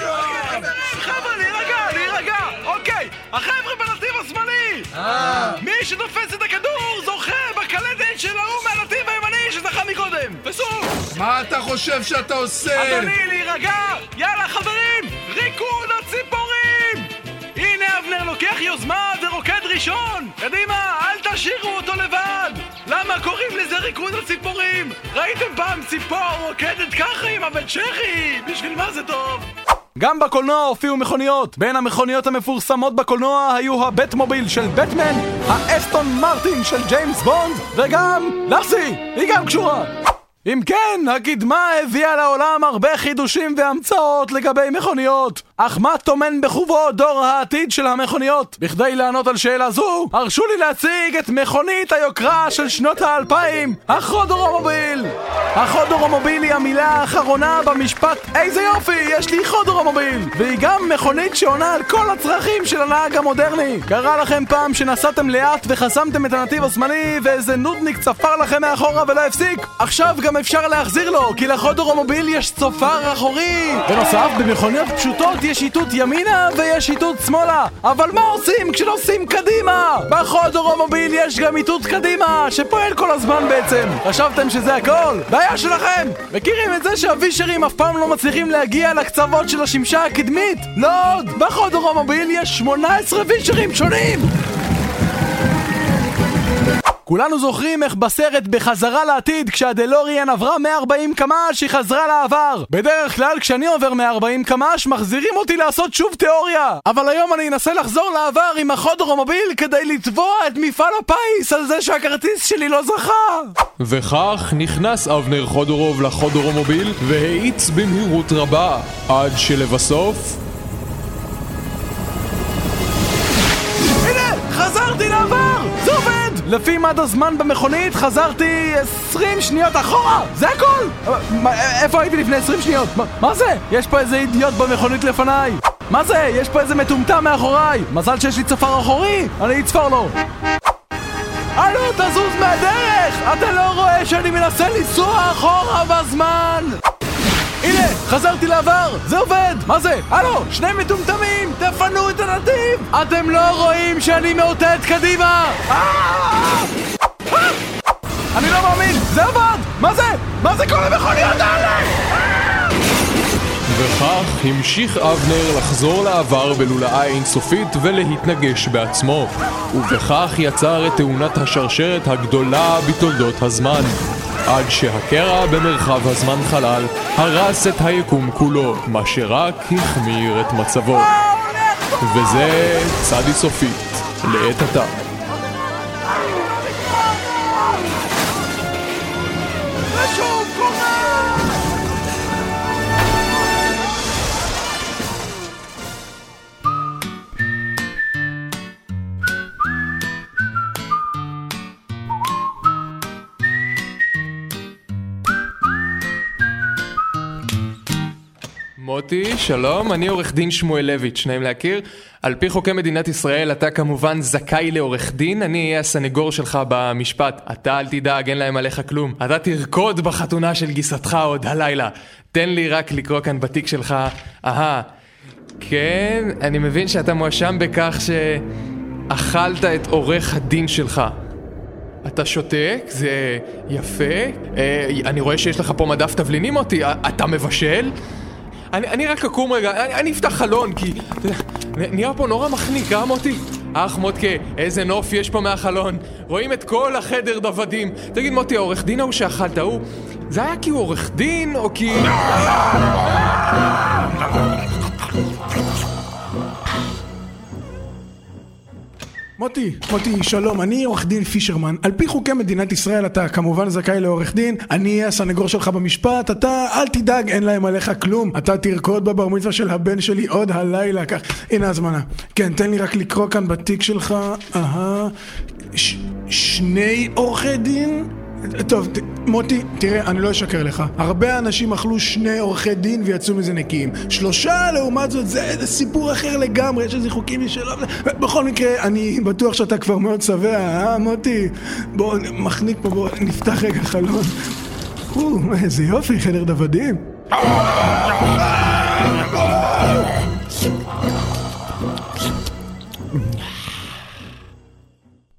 Speaker 2: קורה? חבר'ה, להירגע, להירגע! אוקיי, החבר'ה בנתיב השמאלי! מי שתופס את הכדור זוכה בקלטת של ההוא מהנתיב הימני שזכה מקודם! בסוף!
Speaker 9: מה אתה חושב שאתה עושה?
Speaker 2: אדוני, להירגע! יאללה, חברים! ריקוד הציפורים! הנה אבנר לוקח יוזמה ורוקד ראשון! קדימה, אל תשאירו אותו לבד! למה קוראים לזה ריקוד הציפורים? ראיתם פעם ציפור רוקדת ככה עם הבן צ'כי? בשביל מה זה טוב? גם בקולנוע הופיעו מכוניות. בין המכוניות המפורסמות בקולנוע היו הבט מוביל של בטמן, האסטון מרטין של ג'יימס בונד, וגם לאסי, היא גם קשורה. אם כן, הקדמה הביאה לעולם הרבה חידושים והמצאות לגבי מכוניות. אך מה טומן בחובו דור העתיד של המכוניות? בכדי לענות על שאלה זו, הרשו לי להציג את מכונית היוקרה של שנות האלפיים, החודורומוביל! החודורומוביל היא המילה האחרונה במשפט איזה יופי, יש לי חודורומוביל! והיא גם מכונית שעונה על כל הצרכים של הנהג המודרני. קרה לכם פעם שנסעתם לאט וחסמתם את הנתיב השמאלי ואיזה נודניק צפר לכם מאחורה ולא הפסיק? עכשיו גם אפשר להחזיר לו, כי לחודורומוביל יש צופר אחורי! בנוסף, במכוניות פשוטות יש איתות ימינה ויש איתות שמאלה אבל מה עושים כשנוסעים קדימה? בחודורומוביל יש גם איתות קדימה שפועל כל הזמן בעצם חשבתם שזה הכל? בעיה שלכם! מכירים את זה שהווישרים אף פעם לא מצליחים להגיע לקצוות של השמשה הקדמית? לא עוד! בחודורומוביל יש 18 וישרים שונים! כולנו זוכרים איך בסרט בחזרה לעתיד כשהדלוריאן עברה 140 קמ"ש היא חזרה לעבר בדרך כלל כשאני עובר 140 קמ"ש מחזירים אותי לעשות שוב תיאוריה אבל היום אני אנסה לחזור לעבר עם החודרומוביל כדי לתבוע את מפעל הפיס על זה שהכרטיס שלי לא זכה
Speaker 8: וכך נכנס אבנר חודורוב לחודורומוביל והאיץ במהירות רבה, עד שלבסוף
Speaker 2: הנה, חזרתי לעבר! זה עובד! לפי מד הזמן במכונית חזרתי 20 שניות אחורה! זה הכל! אבל מה, א- איפה הייתי לפני 20 שניות? מה, מה זה? יש פה איזה אידיוט במכונית לפניי! מה זה? יש פה איזה מטומטם מאחוריי! מזל שיש לי צופר אחורי! אני אצפור לו! הלו, תזוז מהדרך! אתה לא רואה שאני מנסה לנסוע אחורה בזמן! הנה, חזרתי לעבר, זה עובד! מה זה? הלו, שני מטומטמים! תפנו את הנתיב! אתם לא רואים שאני מאותת קדימה! אה! אה! אני לא מאמין, זה עבד! מה זה? מה זה כל המכוניות האלה?
Speaker 8: וכך המשיך אבנר לחזור לעבר בלולאה אינסופית ולהתנגש בעצמו ובכך יצר את תאונת השרשרת הגדולה בתולדות הזמן עד שהקרע במרחב הזמן חלל הרס את היקום כולו מה שרק החמיר את מצבו וזה צדי סופית לעת עתה
Speaker 10: מוטי, שלום, אני עורך דין שמואלביץ', נעים להכיר. על פי חוקי מדינת ישראל, אתה כמובן זכאי לעורך דין, אני אהיה הסנגור שלך במשפט. אתה אל תדאג, אין להם עליך כלום. אתה תרקוד בחתונה של גיסתך עוד הלילה. תן לי רק לקרוא כאן בתיק שלך, אהה. כן, אני מבין שאתה מואשם בכך שאכלת את עורך הדין שלך. אתה שותק, זה יפה. אה, אני רואה שיש לך פה מדף תבלינים אותי, אתה מבשל? אני, אני רק אקום רגע, אני, אני אפתח חלון, כי אתה יודע, נ- נהיה פה נורא מחניק, אה מוטי?
Speaker 2: אח מוטקה, איזה נוף יש פה מהחלון. רואים את כל החדר דוודים. תגיד, מוטי, העורך דין ההוא שאכלת, הוא... זה היה כי הוא עורך דין, או כי...
Speaker 1: מוטי, מוטי, שלום, אני עורך דין פישרמן. על פי חוקי מדינת ישראל אתה כמובן זכאי לעורך דין, אני אהיה הסנגור שלך במשפט, אתה, אל תדאג, אין להם עליך כלום. אתה תרקוד בבר מצווה של הבן שלי עוד הלילה, כך. הנה הזמנה. כן, תן לי רק לקרוא כאן בתיק שלך, אהה. ש- שני עורכי דין? טוב, ת, מוטי, תראה, אני לא אשקר לך. הרבה אנשים אכלו שני עורכי דין ויצאו מזה נקיים. שלושה, לעומת זאת, זה, זה סיפור אחר לגמרי, יש איזה חוקים משלו. בכל מקרה, אני בטוח שאתה כבר מאוד שבע, אה, מוטי? בוא, מחניק פה, בוא, נפתח רגע חלון. או, איזה יופי, חדר דוודים.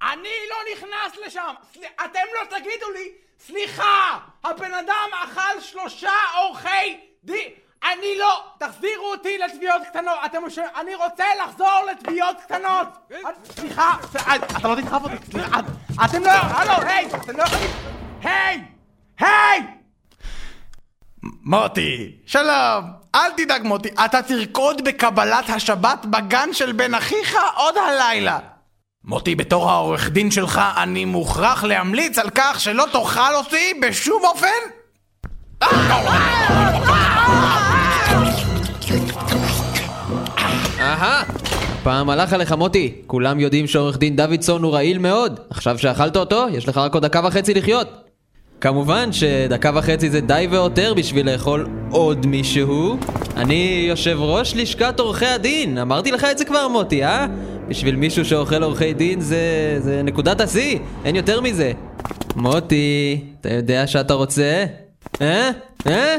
Speaker 5: אני לא נכנס לשם! סל- אתם לא תגידו לי, סליחה! הבן אדם אכל שלושה עורכי דין! אני לא! תחזירו אותי לתביעות קטנות! אתם מש... אני רוצה לחזור לתביעות קטנות! את- סליחה! ס- את- אתה לא תדחף אותי! סליחה! את- אתם לא... הלו, היי! אתם לא יכולים... היי! היי!
Speaker 6: מוטי, שלום. אל תדאג מוטי, אתה תרקוד בקבלת השבת בגן של בן אחיך עוד הלילה. מוטי, בתור העורך דין שלך, אני מוכרח להמליץ על כך שלא תאכל אותי בשום אופן.
Speaker 3: אהה! פעם הלך עליך מוטי, כולם יודעים שעורך דין דוידסון הוא רעיל מאוד. עכשיו שאכלת אותו, יש לך רק עוד דקה וחצי לחיות. כמובן שדקה וחצי זה די ועותר בשביל לאכול עוד מישהו. אני יושב ראש לשכת עורכי הדין, אמרתי לך את זה כבר מוטי, אה? בשביל מישהו שאוכל עורכי דין זה, זה נקודת השיא, אין יותר מזה. מוטי, אתה יודע שאתה רוצה? אה? אה?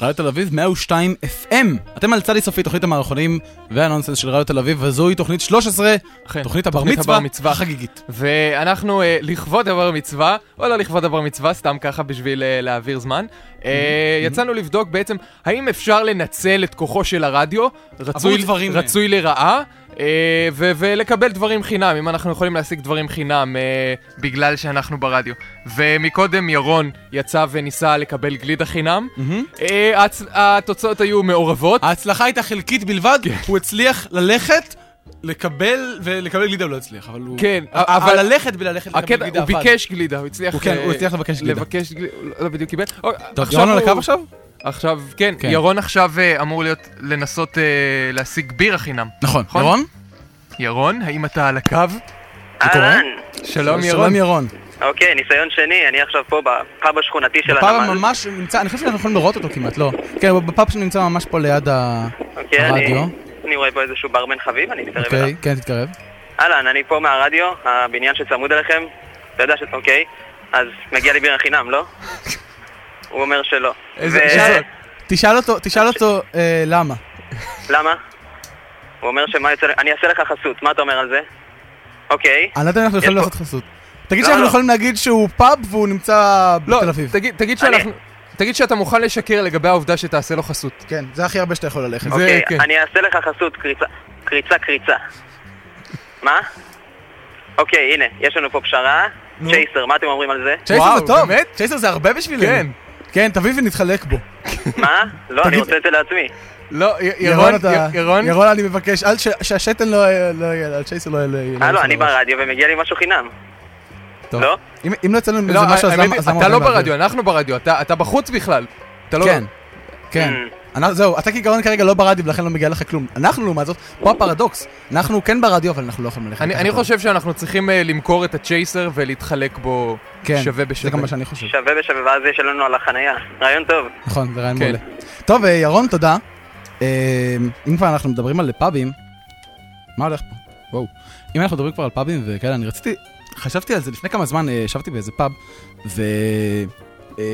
Speaker 4: רדיו תל אביב 102 FM. אתם על צד איסופי, תוכנית המערכונים והנונסנס של רדיו תל אביב, וזוהי תוכנית 13,
Speaker 2: אכן,
Speaker 4: תוכנית הבר
Speaker 2: תוכנית
Speaker 4: מצווה,
Speaker 2: הבר מצווה.
Speaker 4: החגיגית.
Speaker 2: ואנחנו אה, לכבוד הבר מצווה, או לא לכבוד הבר מצווה, סתם ככה בשביל אה, להעביר זמן, אה,
Speaker 4: Mm-hmm.
Speaker 2: יצאנו לבדוק בעצם האם אפשר לנצל את כוחו של הרדיו, רצוי,
Speaker 4: דברים, אה.
Speaker 2: רצוי לרעה, אה, ו- ולקבל דברים חינם, אם אנחנו יכולים להשיג דברים חינם אה, בגלל שאנחנו ברדיו. ומקודם ירון יצא וניסה לקבל גלידה חינם,
Speaker 4: Mm-hmm.
Speaker 2: אה, הצ- התוצאות היו מעורבות.
Speaker 4: ההצלחה הייתה חלקית בלבד,
Speaker 2: כן.
Speaker 4: הוא הצליח ללכת, לקבל, ולקבל גלידה הוא לא הצליח, אבל הוא...
Speaker 2: כן,
Speaker 4: אבל
Speaker 2: אבל...
Speaker 4: ללכת וללכת לקבל
Speaker 2: הקטע,
Speaker 4: גלידה
Speaker 2: הוא
Speaker 4: עבד.
Speaker 2: ביקש גלידה, הוא הצליח...
Speaker 4: הוא כן,
Speaker 2: אה,
Speaker 4: הוא הצליח לבקש גלידה.
Speaker 2: לבקש גלידה, הוא לא בדיוק קיבל. אוי,
Speaker 4: טוב,
Speaker 2: עכשיו
Speaker 4: ירון על
Speaker 2: הוא-
Speaker 4: הקו עכשיו?
Speaker 2: עכשיו, כן,
Speaker 4: כן.
Speaker 2: ירון עכשיו אה, אמור להיות לנסות אה, להשיג בירה חינם.
Speaker 4: נכון.
Speaker 2: נכון?
Speaker 4: ירון?
Speaker 2: ירון, האם אתה על הקו? אה,
Speaker 7: אהלן!
Speaker 2: שלום ירון.
Speaker 4: שלום ירון.
Speaker 7: אוקיי, ניסיון שני, אני עכשיו פה בפאב השכונתי של
Speaker 4: בפאב
Speaker 7: הנמל.
Speaker 4: ממש נמצא, אני חושב שאנחנו יכולים לראות אותו כמעט, לא. כן, הוא בפאב שנמצא ממש פה ליד ה-
Speaker 7: אוקיי, אני-
Speaker 4: הרדיו.
Speaker 7: אני רואה פה איזשהו ברמן חביב, אני אתקרב אליו.
Speaker 4: אוקיי, כן, תתקרב.
Speaker 7: אהלן, אני פה מהרדיו, הבניין שצמוד אליכם. אתה יודע ש... אוקיי, אז מגיע לי בירה חינם, לא? הוא אומר שלא.
Speaker 2: איזה
Speaker 7: ו-
Speaker 2: אישה זאת?
Speaker 4: תשאל אותו, תשאל אותו אה, למה.
Speaker 7: למה? הוא אומר שמה יוצא... אני אעשה לך חסות, מה אתה אומר על זה? אוקיי.
Speaker 4: אני לא יודע אם אנחנו
Speaker 2: אה,
Speaker 4: יכולים
Speaker 7: פה-
Speaker 4: לעשות חסות. תגיד
Speaker 7: לא,
Speaker 4: שאנחנו
Speaker 7: לא.
Speaker 4: יכולים להגיד שהוא פאב והוא נמצא
Speaker 2: לא,
Speaker 4: בתל אביב.
Speaker 2: תגיד- תגיד שאנחנו... תגיד שאתה מוכן לשקר לגבי העובדה שתעשה לו חסות.
Speaker 4: כן, זה הכי הרבה שאתה יכול ללכת. אה, זה-
Speaker 7: אוקיי,
Speaker 2: כן.
Speaker 7: אני אעשה לך חסות קריצה, קריצה, קריצה. מה? אוקיי, הנה, יש לנו פה פשרה. צ'ייסר, מה אתם אומרים על זה?
Speaker 4: צ'ייסר זה
Speaker 2: וואו,
Speaker 4: טוב,
Speaker 2: באמת?
Speaker 4: צ'ייסר זה הרבה בשבילנו.
Speaker 2: כן.
Speaker 4: כן, תביא ונתחלק בו.
Speaker 7: מה? לא, אני
Speaker 4: תגיד-
Speaker 7: רוצה את זה לעצמי.
Speaker 2: לא, י- ירון,
Speaker 4: אתה-
Speaker 2: י- ירון,
Speaker 4: ירון, אני מבקש, אל ש- שהשתן לא יהיה, לא יהיה, על צ'ייסר לא יהיה- לא יהיה.
Speaker 2: אה,
Speaker 7: הלו,
Speaker 4: יהיה
Speaker 7: אני
Speaker 4: לראש.
Speaker 7: ברדיו ומגיע לי משהו חינם.
Speaker 4: טוב.
Speaker 7: לא?
Speaker 4: אם- אם לא יצא לנו
Speaker 2: לא,
Speaker 4: איזה משהו, אז
Speaker 2: האמת
Speaker 4: למה...
Speaker 2: היא,
Speaker 4: אז למה
Speaker 2: אתה לא
Speaker 4: אנחנו נעביר?
Speaker 2: ברדיו, אנחנו ברדיו, אתה אתה בחוץ בכלל. אתה לא... Mm.
Speaker 4: כן. כן.
Speaker 7: Mm.
Speaker 4: אנחנו- זהו, אתה כעיקרון כרגע לא ברדיו ולכן לא מגיע לך כלום. אנחנו לעומת זאת, פה הפרדוקס. אנחנו כן ברדיו, אבל אנחנו לא יכולים ללכת.
Speaker 2: אני
Speaker 4: לקחת
Speaker 2: אני
Speaker 4: אותו.
Speaker 2: חושב שאנחנו צריכים אה, למכור את הצ'ייסר ולהתחלק בו
Speaker 4: כן,
Speaker 2: שווה
Speaker 4: זה גם
Speaker 2: בשווה.
Speaker 4: מה שאני חושב.
Speaker 7: שווה בשווה, ואז יש לנו על החנייה. רעיון טוב.
Speaker 4: נכון, זה רעיון
Speaker 2: כן.
Speaker 4: מעולה. טוב, אה, ירון, תודה. אה, אם כבר אנחנו מדברים על פאבים, מה הולך פה? וואו. אם אנחנו מדברים כבר על פאבים וכאלה, אני רציתי, חשבתי על זה לפני כמה זמן, אה, ישבתי באיזה פאב, ו... אה,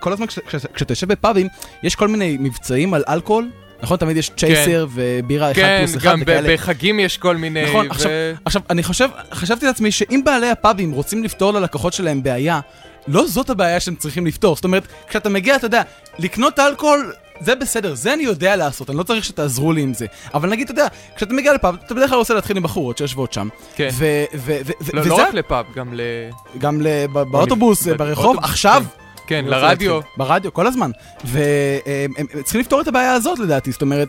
Speaker 4: כל הזמן כש- כש- כשאתה יושב בפאבים, יש כל מיני מבצעים על אלכוהול, נכון? תמיד יש צ'ייסר ובירה 1
Speaker 2: כן,
Speaker 4: פלוס 1
Speaker 2: גם ב-
Speaker 4: וכאלה.
Speaker 2: בחגים יש כל מיני...
Speaker 4: נכון,
Speaker 2: ו-
Speaker 4: עכשיו, עכשיו, אני חושב, חשבתי לעצמי שאם בעלי הפאבים רוצים לפתור ללקוחות שלהם בעיה, לא זאת הבעיה שהם צריכים לפתור. זאת אומרת, כשאתה מגיע, אתה יודע, לקנות אלכוהול... זה בסדר, זה אני יודע לעשות, אני לא צריך שתעזרו לי עם זה. אבל נגיד, אתה יודע, כשאתה מגיע לפאב, אתה בדרך כלל רוצה להתחיל עם בחורות שיושבות שם.
Speaker 2: כן.
Speaker 4: ו- ו- ו- ו-
Speaker 2: לא
Speaker 4: וזה
Speaker 2: לא רק לפאב, גם ל...
Speaker 4: גם ל- ב- באוטובוס,
Speaker 2: ב-
Speaker 4: ברחוב,
Speaker 2: באוטובוס,
Speaker 4: עכשיו.
Speaker 2: כן,
Speaker 4: אני רוצה
Speaker 2: לרדיו.
Speaker 4: להתחיל. ברדיו, כל הזמן. והם צריכים לפתור את הבעיה הזאת לדעתי, זאת אומרת,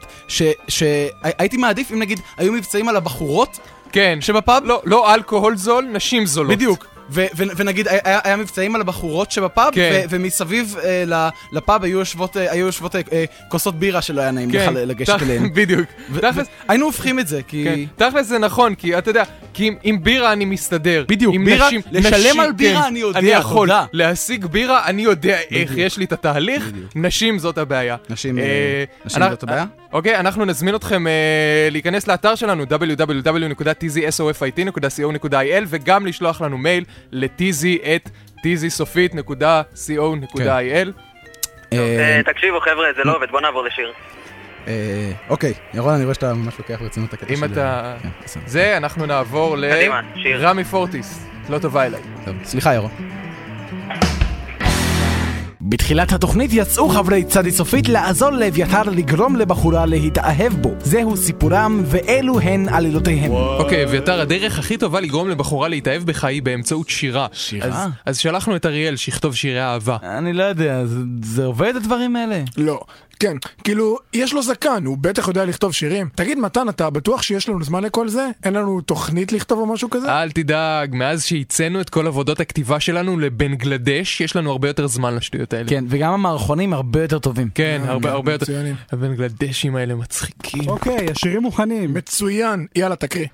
Speaker 4: שהייתי מעדיף אם נגיד היו מבצעים על הבחורות,
Speaker 2: כן.
Speaker 4: שבפאב-
Speaker 2: לא, לא אלכוהול זול, נשים זולות.
Speaker 4: בדיוק. ו- ו- ונגיד, היה, היה מבצעים על הבחורות שבפאב,
Speaker 2: כן.
Speaker 4: ו- ומסביב אה, ל- לפאב היו יושבות, אה, היו יושבות אה, אה, כוסות בירה שלא היה נעים
Speaker 2: כן.
Speaker 4: לך לגשת
Speaker 2: תכ-
Speaker 4: אליהן.
Speaker 2: בדיוק.
Speaker 4: ו-
Speaker 2: תכלס,
Speaker 4: ו- היינו הופכים את זה,
Speaker 2: כן.
Speaker 4: כי...
Speaker 2: תכלס זה נכון, כי אתה יודע, כי עם, עם בירה אני מסתדר.
Speaker 4: בדיוק,
Speaker 2: עם
Speaker 4: בירה-
Speaker 2: נשים,
Speaker 4: לשלם
Speaker 2: נשים,
Speaker 4: על בירה
Speaker 2: כן,
Speaker 4: אני יודע,
Speaker 2: אני יכול.
Speaker 4: תודה.
Speaker 2: להשיג בירה, אני יודע איך, יש לי את התהליך. נשים זאת הבעיה.
Speaker 4: נשים,
Speaker 2: אה,
Speaker 4: אה, נשים
Speaker 2: אנחנו-
Speaker 4: זאת הבעיה?
Speaker 2: אוקיי, אנחנו נזמין אתכם אה, להיכנס לאתר שלנו, www.tzsofit.co.il, וגם לשלוח לנו מייל ל-tz את tzsופית.co.il.
Speaker 4: אה,
Speaker 7: אה, תקשיבו חבר'ה, זה לא עובד, בוא נעבור לשיר.
Speaker 4: אה, אוקיי, ירון, אני רואה שאתה ממש לוקח ברצינות את הקטע
Speaker 2: אם
Speaker 4: שלי.
Speaker 2: אתה...
Speaker 4: כן, בסדר.
Speaker 2: זה, אנחנו נעבור ל...
Speaker 7: קדימה, שיר.
Speaker 2: רמי פורטיס. לא טובה אליי.
Speaker 4: טוב, סליחה, ירון.
Speaker 6: בתחילת התוכנית יצאו חברי צדי סופית לעזור לאביתר לגרום לבחורה להתאהב בו. זהו סיפורם ואלו הן עלילותיהם.
Speaker 11: אוקיי, אביתר, הדרך הכי טובה לגרום לבחורה להתאהב בך היא באמצעות שירה. שירה? אז, אז שלחנו את אריאל שיכתוב שירי אהבה.
Speaker 4: אני לא יודע, זה עובד הדברים האלה?
Speaker 1: לא. כן, כאילו, יש לו זקן, הוא בטח יודע לכתוב שירים. תגיד, מתן, אתה בטוח שיש לנו זמן לכל זה? אין לנו תוכנית לכתוב או משהו
Speaker 2: אה.
Speaker 1: כזה?
Speaker 11: אל תדאג, מאז שהצאנו את כל עבודות הכתיבה שלנו לבנגלדש, יש לנו הרבה יותר זמן לשטויות האלה.
Speaker 4: כן, וגם המערכונים הרבה יותר טובים.
Speaker 11: כן, הרבה הרבה יותר.
Speaker 1: מצוינים.
Speaker 11: הבנגלדשים האלה מצחיקים.
Speaker 5: אוקיי, השירים מוכנים.
Speaker 1: מצוין, יאללה, תקריא.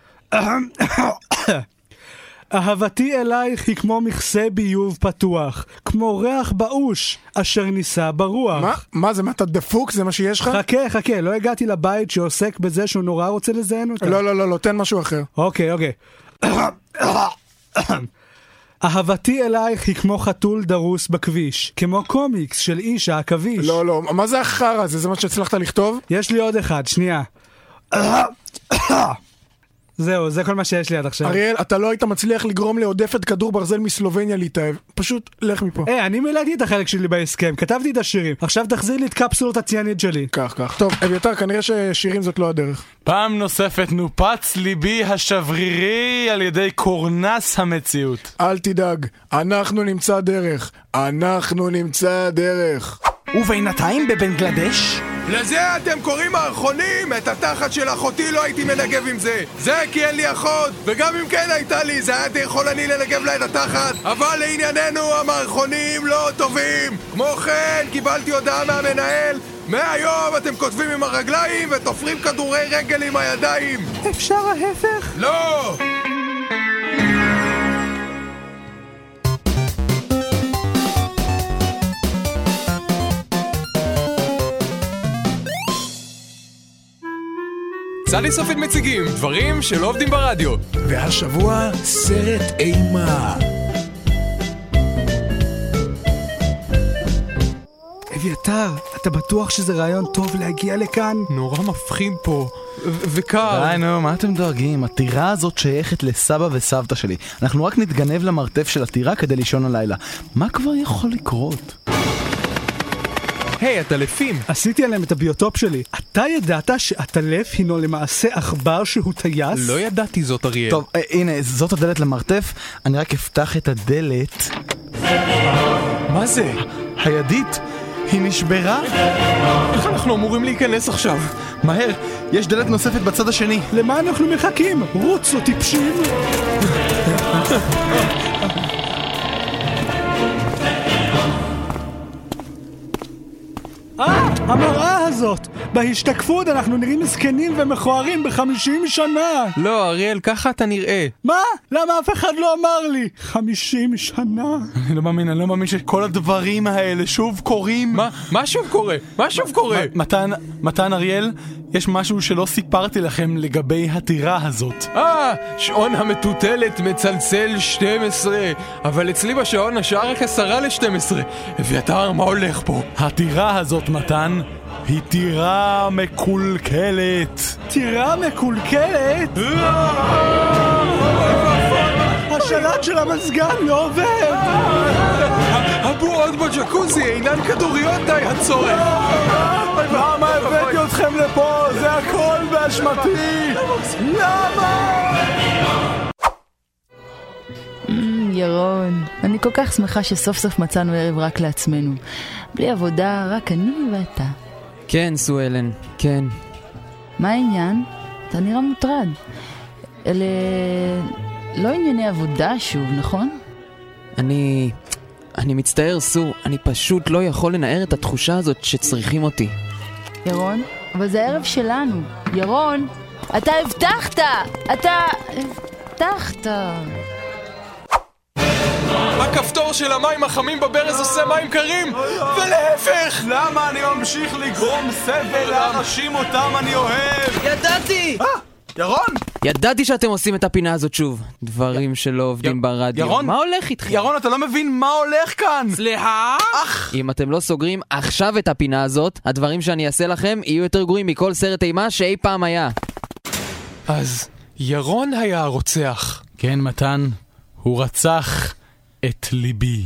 Speaker 5: אהבתי אלייך היא כמו מכסה ביוב פתוח, כמו ריח באוש אשר נישא ברוח.
Speaker 1: מה? מה זה, מה אתה דפוק? זה מה שיש לך?
Speaker 5: חכה, חכה, לא הגעתי לבית שעוסק בזה שהוא נורא רוצה לזיין אותה.
Speaker 1: לא, לא, לא, לא, תן משהו אחר.
Speaker 5: אוקיי, אוקיי. אהבתי אלייך היא כמו חתול דרוס בכביש, כמו קומיקס של איש העכביש.
Speaker 1: לא, לא, מה זה החרא הזה? זה מה שהצלחת לכתוב?
Speaker 5: יש לי עוד אחד, שנייה. זהו, זה כל מה שיש לי עד עכשיו.
Speaker 1: אריאל, אתה לא היית מצליח לגרום לעודפת כדור ברזל מסלובניה להתאהב. פשוט לך מפה.
Speaker 5: היי, אה, אני מילאתי את החלק שלי בהסכם, כתבתי את השירים. עכשיו תחזיר לי את קפסולות הציאנית שלי.
Speaker 1: כך, כך. טוב, אביתר, כנראה ששירים זאת לא הדרך.
Speaker 4: פעם נוספת נופץ ליבי השברירי על ידי קורנס המציאות.
Speaker 1: אל תדאג, אנחנו נמצא דרך. אנחנו נמצא דרך.
Speaker 6: ובינתיים בבנגלדש?
Speaker 2: לזה אתם קוראים מערכונים? את התחת של אחותי לא הייתי מנגב עם זה. זה כי אין לי אחות, וגם אם כן הייתה לי, זה היה יכול אני לנגב לה את התחת. אבל לענייננו, המערכונים לא טובים. כמו כן, קיבלתי הודעה מהמנהל, מהיום אתם כותבים עם הרגליים ותופרים כדורי רגל עם הידיים.
Speaker 5: אפשר ההפך?
Speaker 2: לא! צלי סופית מציגים דברים שלא עובדים ברדיו.
Speaker 1: והשבוע, סרט אימה.
Speaker 5: אביתר, אתה בטוח שזה רעיון טוב להגיע לכאן?
Speaker 11: נורא מפחיד פה, ו- וקר.
Speaker 4: די נו, מה אתם דואגים? הטירה הזאת שייכת לסבא וסבתא שלי. אנחנו רק נתגנב למרתף של הטירה כדי לישון הלילה. מה כבר יכול לקרות?
Speaker 11: היי, הטלפים.
Speaker 5: עשיתי עליהם את הביוטופ שלי. אתה ידעת שעטלף הינו למעשה עכבר שהוא טייס?
Speaker 11: לא ידעתי זאת, אריאל.
Speaker 4: טוב, אה, הנה, זאת הדלת למרתף, אני רק אפתח את הדלת.
Speaker 11: מה זה?
Speaker 4: הידית, היא נשברה?
Speaker 11: איך אנחנו אמורים להיכנס עכשיו?
Speaker 4: מהר, יש דלת נוספת בצד השני.
Speaker 5: למה אנחנו מחכים? רוצו טיפשים! אה, המראה הזאת! בהשתקפות אנחנו נראים זקנים ומכוערים בחמישים שנה!
Speaker 11: לא, אריאל, ככה אתה נראה.
Speaker 5: מה? למה אף אחד לא אמר לי? חמישים שנה?
Speaker 4: אני לא מאמין, אני לא מאמין שכל הדברים האלה שוב קורים.
Speaker 11: מה, מה שוב קורה? מה שוב קורה?
Speaker 4: מתן, מתן אריאל, יש משהו שלא סיפרתי לכם לגבי הטירה הזאת.
Speaker 11: אה, שעון המטוטלת מצלצל 12, אבל אצלי בשעון השעה רק עשרה ל-12. אביתר, מה הולך פה?
Speaker 4: הטירה הזאת, מתן, היא טירה מקולקלת.
Speaker 12: טירה מקולקלת? השלט של המזגן לא עובד!
Speaker 13: הבועות בג'קוזי אינן כדוריות די הצורך!
Speaker 12: למה הבאתי אתכם לפה? זה הכל באשמתי! למה?
Speaker 14: אמ, ירון, אני כל כך שמחה שסוף סוף מצאנו ערב רק לעצמנו. בלי עבודה, רק אני ואתה.
Speaker 3: כן, סואלן, כן.
Speaker 14: מה העניין? אתה נראה מוטרד. אלה לא ענייני עבודה שוב, נכון?
Speaker 3: אני... אני מצטער, סור, אני פשוט לא יכול לנער את התחושה הזאת שצריכים אותי.
Speaker 14: ירון? אבל זה הערב שלנו. ירון, אתה הבטחת! אתה... הבטחת.
Speaker 2: הכפתור של המים החמים בברז עושה מים קרים! ולהפך!
Speaker 4: למה אני ממשיך לגרום סבל לאנשים אותם אני אוהב?
Speaker 3: ידעתי!
Speaker 4: ירון!
Speaker 3: ידעתי שאתם עושים את הפינה הזאת שוב. דברים שלא עובדים ברדיו.
Speaker 1: ירון?
Speaker 3: מה הולך איתכם?
Speaker 1: ירון, אתה לא מבין מה הולך כאן!
Speaker 3: סליחה? אם אתם לא סוגרים עכשיו את הפינה הזאת, הדברים שאני אעשה לכם יהיו יותר גרועים מכל סרט אימה שאי פעם היה.
Speaker 2: אז ירון היה הרוצח.
Speaker 4: כן, מתן, הוא רצח את ליבי.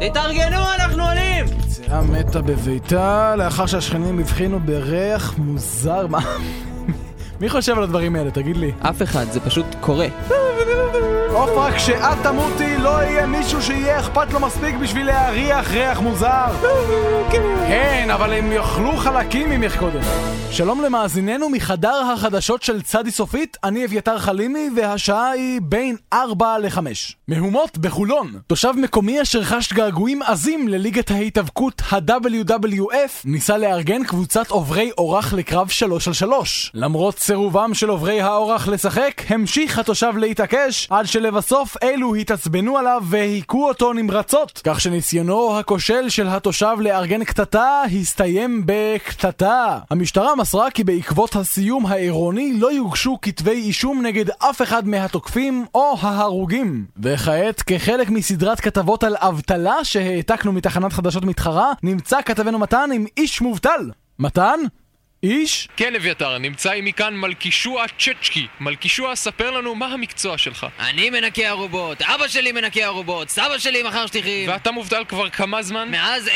Speaker 3: תתארגנו, אנחנו עולים!
Speaker 1: צאה מתה בביתה לאחר שהשכנים הבחינו בריח מוזר. מה? מי חושב על הדברים האלה? תגיד לי.
Speaker 3: אף אחד, זה פשוט קורה.
Speaker 1: עוף רק שאת תמותי לא יהיה מישהו שיהיה אכפת לו מספיק בשביל להריח ריח מוזר. כן, אבל הם יאכלו חלקים ממך קודם. שלום למאזיננו מחדר החדשות של צדי סופית, אני אביתר חלימי והשעה היא בין 4 ל-5. מהומות בחולון, תושב מקומי אשר חש געגועים עזים לליגת ההתאבקות ה-WWF ניסה לארגן קבוצת עוברי אורח לקרב 3 על 3. למרות סירובם של עוברי האורח לשחק, המשיך התושב להתעקש עד שלבסוף אלו התעצבנו עליו והיכו אותו נמרצות, כך שניסיונו הכושל של התושב לארגן קטטה הסתיים בקטטה. המשטרה מסרה כי בעקבות הסיום העירוני לא יוגשו כתבי אישום נגד אף אחד מהתוקפים או ההרוגים. וכעת, כחלק מסדרת כתבות על אבטלה שהעתקנו מתחנת חדשות מתחרה, נמצא כתבנו מתן עם איש מובטל. מתן? איש?
Speaker 2: כן, אביתר, נמצא עימי כאן מלכישוע צ'צ'קי. מלכישוע, ספר לנו מה המקצוע שלך.
Speaker 3: אני מנקה ארובות, אבא שלי מנקה ארובות, סבא שלי מכר שטיחים.
Speaker 2: ואתה מובטל כבר כמה זמן?
Speaker 3: מאז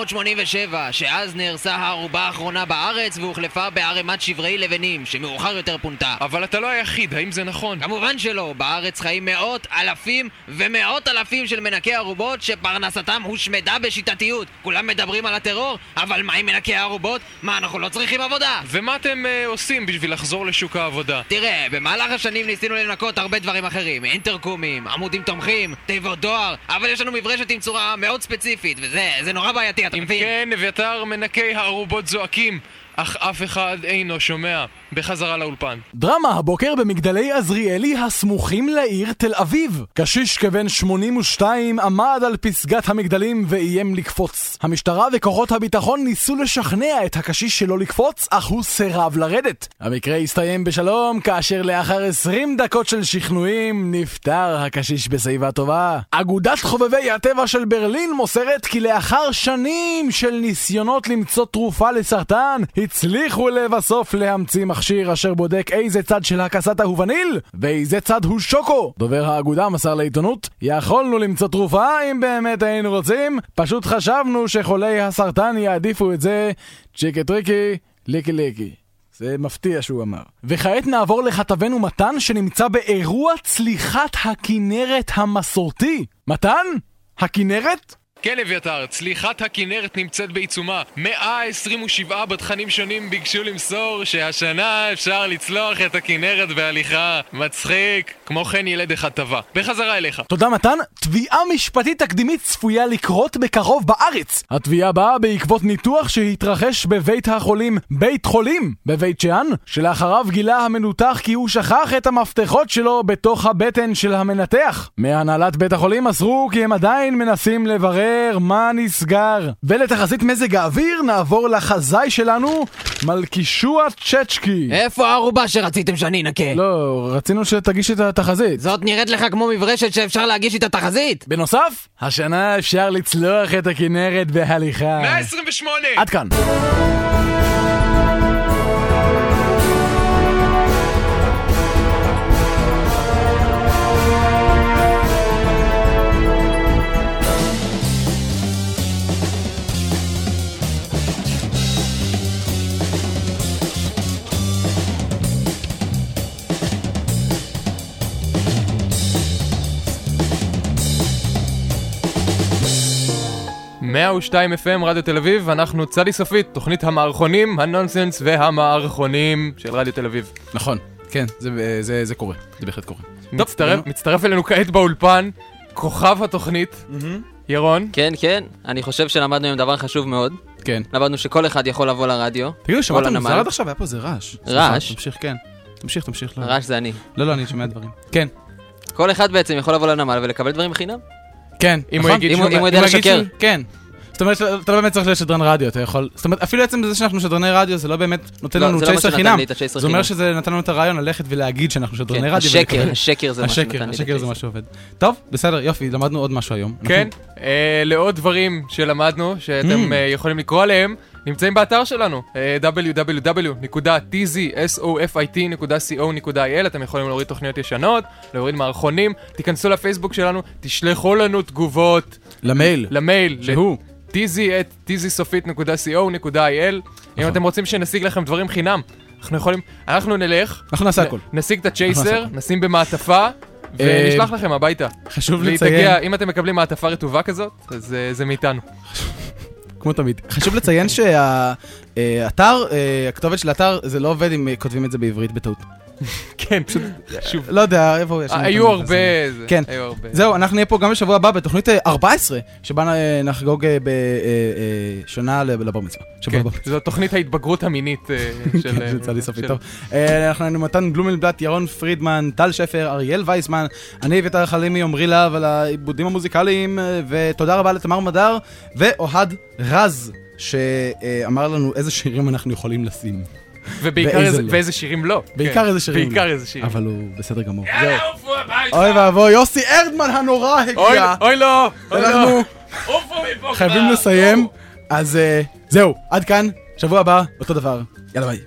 Speaker 3: 1987, שאז נהרסה הערובה האחרונה בארץ והוחלפה בערימת שברי לבנים, שמאוחר יותר פונתה.
Speaker 2: אבל אתה לא היחיד, האם זה נכון?
Speaker 3: כמובן שלא, בארץ חיים מאות, אלפים ומאות אלפים של מנקי ערובות שפרנסתם הושמדה בשיטתיות. כולם מדברים על הטרור, אבל מה עם מנקי הערובות? מה, אנחנו לא צריכים עבודה?
Speaker 2: ומה אתם אה, עושים בשביל לחזור לשוק העבודה?
Speaker 3: תראה, במהלך השנים ניסינו לנקות הרבה דברים אחרים, אינטרקומים, עמודים תומכים, תיבות דואר, אבל יש לנו מברשת עם צורה מאוד ספציפית, וזה זה נורא בעייתי, אתה
Speaker 2: אם
Speaker 3: מבין?
Speaker 2: כן, אביתר, מנקי הערובות זועקים, אך אף אחד אינו שומע. בחזרה לאולפן.
Speaker 1: דרמה הבוקר במגדלי עזריאלי הסמוכים לעיר תל אביב. קשיש כבן 82 עמד על פסגת המגדלים ואיים לקפוץ. המשטרה וכוחות הביטחון ניסו לשכנע את הקשיש שלא לקפוץ, אך הוא סירב לרדת. המקרה הסתיים בשלום, כאשר לאחר 20 דקות של שכנועים, נפטר הקשיש בשיבה טובה. אגודת חובבי הטבע של ברלין מוסרת כי לאחר שנים של ניסיונות למצוא תרופה לסרטן, הצליחו לבסוף להמציא מכשיר אשר בודק איזה צד של הקסטה הוא וניל, ואיזה צד הוא שוקו. דובר האגודה מסר לעיתונות, יכולנו למצוא תרופה אם באמת היינו רוצים, פשוט חשבנו שחולי הסרטן יעדיפו את זה, צ'יקי טריקי, ליקי ליקי. זה מפתיע שהוא אמר. וכעת נעבור לכתבנו מתן שנמצא באירוע צליחת הכינרת המסורתי. מתן? הכינרת?
Speaker 2: כן, אביתר, צליחת הכנרת נמצאת בעיצומה. 127 בתכנים שונים ביקשו למסור שהשנה אפשר לצלוח את הכנרת בהליכה. מצחיק. כמו כן, ילד אחד טבע. בחזרה אליך.
Speaker 1: תודה מתן. תביעה משפטית תקדימית צפויה לקרות בקרוב בארץ. התביעה באה בעקבות ניתוח שהתרחש בבית החולים בית חולים בבית שאן, שלאחריו גילה המנותח כי הוא שכח את המפתחות שלו בתוך הבטן של המנתח. מהנהלת בית החולים מסרו כי הם עדיין מנסים לברר
Speaker 4: חסר? מה נסגר? ולתחזית מזג האוויר נעבור לחזאי שלנו, מלכישוע צ'צ'קי.
Speaker 15: איפה הערובה שרציתם שאני אנקה?
Speaker 4: לא, רצינו שתגיש את התחזית.
Speaker 15: זאת נראית לך כמו מברשת שאפשר להגיש איתה תחזית?
Speaker 4: בנוסף, השנה אפשר לצלוח את הכנרת בהליכה.
Speaker 2: 128!
Speaker 4: עד כאן.
Speaker 2: FM. 102 FM רדיו תל אביב, אנחנו צדי סופית, תוכנית המערכונים, הנונסנס והמערכונים של רדיו תל אביב.
Speaker 4: נכון, כן, זה, זה, זה קורה, זה בהחלט קורה.
Speaker 2: מצטרף, מצטרף אלינו כעת באולפן, כוכב התוכנית, ירון.
Speaker 16: כן, כן, אני חושב שלמדנו עם דבר חשוב מאוד.
Speaker 4: כן.
Speaker 16: למדנו שכל אחד יכול לבוא לרדיו.
Speaker 4: תגידו,
Speaker 16: או
Speaker 4: שמעתם
Speaker 16: לנמל.
Speaker 4: מוזר עד עכשיו? היה פה איזה רעש.
Speaker 16: רעש?
Speaker 4: סליחה, תמשיך, כן. תמשיך, תמשיך. לא.
Speaker 16: רעש זה אני.
Speaker 4: לא, לא, אני שומע דברים. כן.
Speaker 16: כל אחד בעצם יכול לבוא לנמל ולקבל דברים בחינם.
Speaker 4: כן,
Speaker 16: אם הוא
Speaker 4: נכון?
Speaker 16: יגיד אם שהוא- הוא- אם הוא יודע
Speaker 4: יגיד
Speaker 16: לשקר.
Speaker 4: שהוא- כן. זאת אומרת, אתה לא באמת צריך לשדרן רדיו, אתה יכול... זאת אומרת, אפילו עצם זה שאנחנו שדרני רדיו, זה לא באמת נותן
Speaker 16: לא,
Speaker 4: לנו
Speaker 16: זה לא מה
Speaker 4: צ'ייסר
Speaker 16: שנתן
Speaker 4: חינם.
Speaker 16: לי את הצ'ייסר
Speaker 4: זה אומר
Speaker 16: חינם.
Speaker 4: שזה נתן לנו את הרעיון ללכת ולהגיד שאנחנו שדרני
Speaker 16: כן,
Speaker 4: רדיו.
Speaker 16: השקר,
Speaker 4: לא, ולקבל.
Speaker 16: השקר זה מה שנתן
Speaker 4: השקר,
Speaker 16: לי את
Speaker 4: השקר זה
Speaker 16: הצ'ייסר.
Speaker 4: מה שעובד. טוב, בסדר, יופי, למדנו עוד משהו היום.
Speaker 2: כן, אה, לעוד דברים שלמדנו, שאתם
Speaker 4: Mm.
Speaker 2: אה, יכולים לקרוא עליהם, נמצאים באתר שלנו, אה, www.tzsofit.co.il, אתם יכולים להוריד תוכניות ישנות, להוריד מערכונים, תיכנסו לפייסבוק שלנו, תשלחו לנו תגובות.
Speaker 16: לא.
Speaker 4: למייל.
Speaker 2: למייל.
Speaker 4: שהוא?
Speaker 2: tzsofit.co.il. אם
Speaker 4: נכון.
Speaker 2: אתם רוצים שנשיג לכם דברים חינם, אנחנו יכולים, אנחנו נלך.
Speaker 4: אנחנו נעשה
Speaker 2: נ-
Speaker 4: הכל.
Speaker 2: נשיג את
Speaker 4: אנחנו
Speaker 2: הצ'ייסר,
Speaker 4: נעשה
Speaker 2: נשים במעטפה,
Speaker 4: אה,
Speaker 2: ונשלח לכם הביתה.
Speaker 4: חשוב
Speaker 2: והיא
Speaker 4: לציין-
Speaker 2: תגיע, אם אתם מקבלים מעטפה רטובה כזאת, אז אה, זה מאיתנו.
Speaker 4: כמו תמיד. חשוב לציין שהאתר, אה, הכתובת של האתר, זה לא עובד אם אה, כותבים את זה בעברית בטעות.
Speaker 2: כן, חשוב.
Speaker 4: לא יודע, איפה יש לנו...
Speaker 2: היו
Speaker 4: תמיד,
Speaker 2: הרבה,
Speaker 4: אז, אה,
Speaker 2: זה,
Speaker 4: כן.
Speaker 2: היו הרבה.
Speaker 4: זהו, אנחנו נהיה פה גם בשבוע הבא בתוכנית אה, 14, שבה נ- נחגוג אה, ב- אה, אה, שנה לב- לבר מצווה. שבוע
Speaker 2: כן,
Speaker 4: הבא.
Speaker 2: זו תוכנית ההתבגרות המינית אה, של...
Speaker 4: כן, של צדי סופי,
Speaker 2: של-
Speaker 4: טוב. אה, אנחנו היינו מתן בלומנבלט, ירון פרידמן, טל שפר, אריאל וייסמן, אני אביתר חלימי, עמרי להב על העיבודים המוזיקליים, אה, ותודה רבה לתמר מדר ואוהד רז, שאמר לנו איזה שירים אנחנו יכולים לשים.
Speaker 2: ובעיקר
Speaker 4: ואיזה
Speaker 2: איזה-
Speaker 4: לא.
Speaker 2: ואיזה שירים לא.
Speaker 4: בעיקר
Speaker 2: כן.
Speaker 4: איזה שירים.
Speaker 2: בעיקר
Speaker 4: לא.
Speaker 2: איזה שירים.
Speaker 4: אבל הוא בסדר גמור. זהו.
Speaker 2: יאללה, עופו הביתה.
Speaker 4: אוי ואבוי, יוסי ארדמן הנורא
Speaker 2: אוי,
Speaker 4: הגיע.
Speaker 2: אוי לא, אוי
Speaker 4: אנחנו
Speaker 2: לא. עופו מפה
Speaker 4: חייבים
Speaker 2: כבר.
Speaker 4: לסיים, אז אה, זהו, עד כאן, שבוע הבא, אותו דבר. יאללה ביי.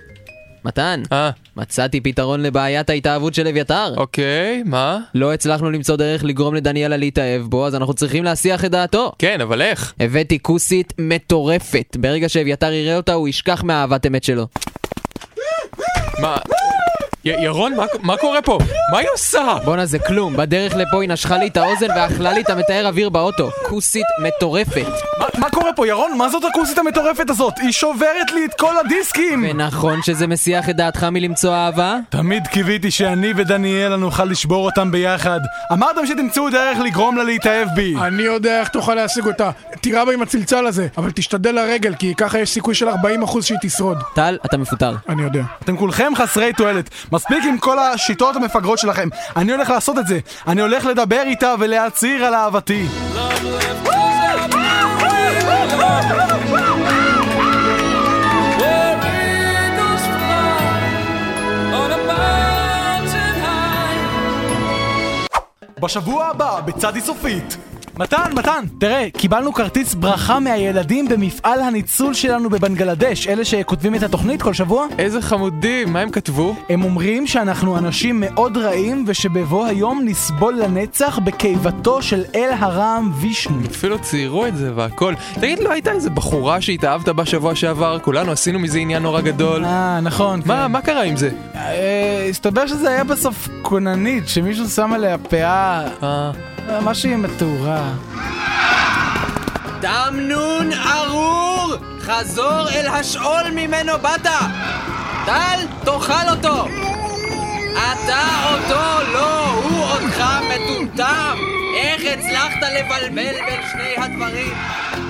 Speaker 3: מתן,
Speaker 2: אה,
Speaker 3: מצאתי פתרון לבעיית ההתאהבות של אביתר.
Speaker 2: אוקיי, מה?
Speaker 3: לא הצלחנו למצוא דרך לגרום לדניאלה להתאהב בו, אז אנחנו צריכים להסיח את דעתו.
Speaker 2: כן, אבל איך?
Speaker 3: הבאתי כוסית מטורפת. ברגע שאביתר יראה אותה, הוא ישכח מהאהבת אמת שלו.
Speaker 2: מה? י- ירון, מה- מה קורה פה? מה היא עושה?
Speaker 3: בואנה זה כלום, בדרך לפה היא נשכה לי את האוזן ואכלה לי את המטהר אוויר באוטו. כוסית מטורפת.
Speaker 4: מה קורה פה, ירון? מה זאת הכוסית המטורפת הזאת? היא שוברת לי את כל הדיסקים!
Speaker 3: ונכון שזה מסיח את דעתך מלמצוא אהבה?
Speaker 4: תמיד קיוויתי שאני ודניאלה נוכל לשבור אותם ביחד. אמרתם שתמצאו דרך לגרום לה להתאהב בי.
Speaker 1: אני יודע איך תוכל להשיג אותה. תירה בה עם הצלצל הזה, אבל תשתדל לרגל, כי ככה יש סיכוי של 40% שהיא תשרוד.
Speaker 3: טל, אתה מפוטר.
Speaker 1: אני יודע.
Speaker 4: אתם כולכם חסרי תועלת. מספיק עם כל השיטות המפגרות שלכם. אני הולך לעשות את זה. אני הולך לדבר איתה ולהצהיר על אהבתי.
Speaker 17: בשבוע הבא, בצדי סופית.
Speaker 4: מתן, מתן, תראה, קיבלנו כרטיס ברכה מהילדים במפעל הניצול שלנו בבנגלדש, אלה שכותבים את התוכנית כל שבוע.
Speaker 2: איזה חמודים, מה הם כתבו?
Speaker 4: הם אומרים שאנחנו אנשים מאוד רעים, ושבבוא היום נסבול לנצח בקיבתו של אל הרם וישנו.
Speaker 2: אפילו ציירו את זה והכל. תגיד, לא הייתה איזה בחורה שהתאהבת בה שבוע שעבר? כולנו עשינו מזה עניין נורא גדול.
Speaker 4: אה, נכון.
Speaker 2: מה, מה קרה עם זה?
Speaker 4: אה, הסתבר שזה היה בסוף כוננית, שמישהו שם עליה פאה,
Speaker 2: אה,
Speaker 4: משהו עם התאורה.
Speaker 3: דם נון ארור! חזור אל השאול ממנו באת! טל, תאכל אותו! אתה אותו, לא, הוא אותך מטומטם! איך הצלחת לבלבל בין שני הדברים?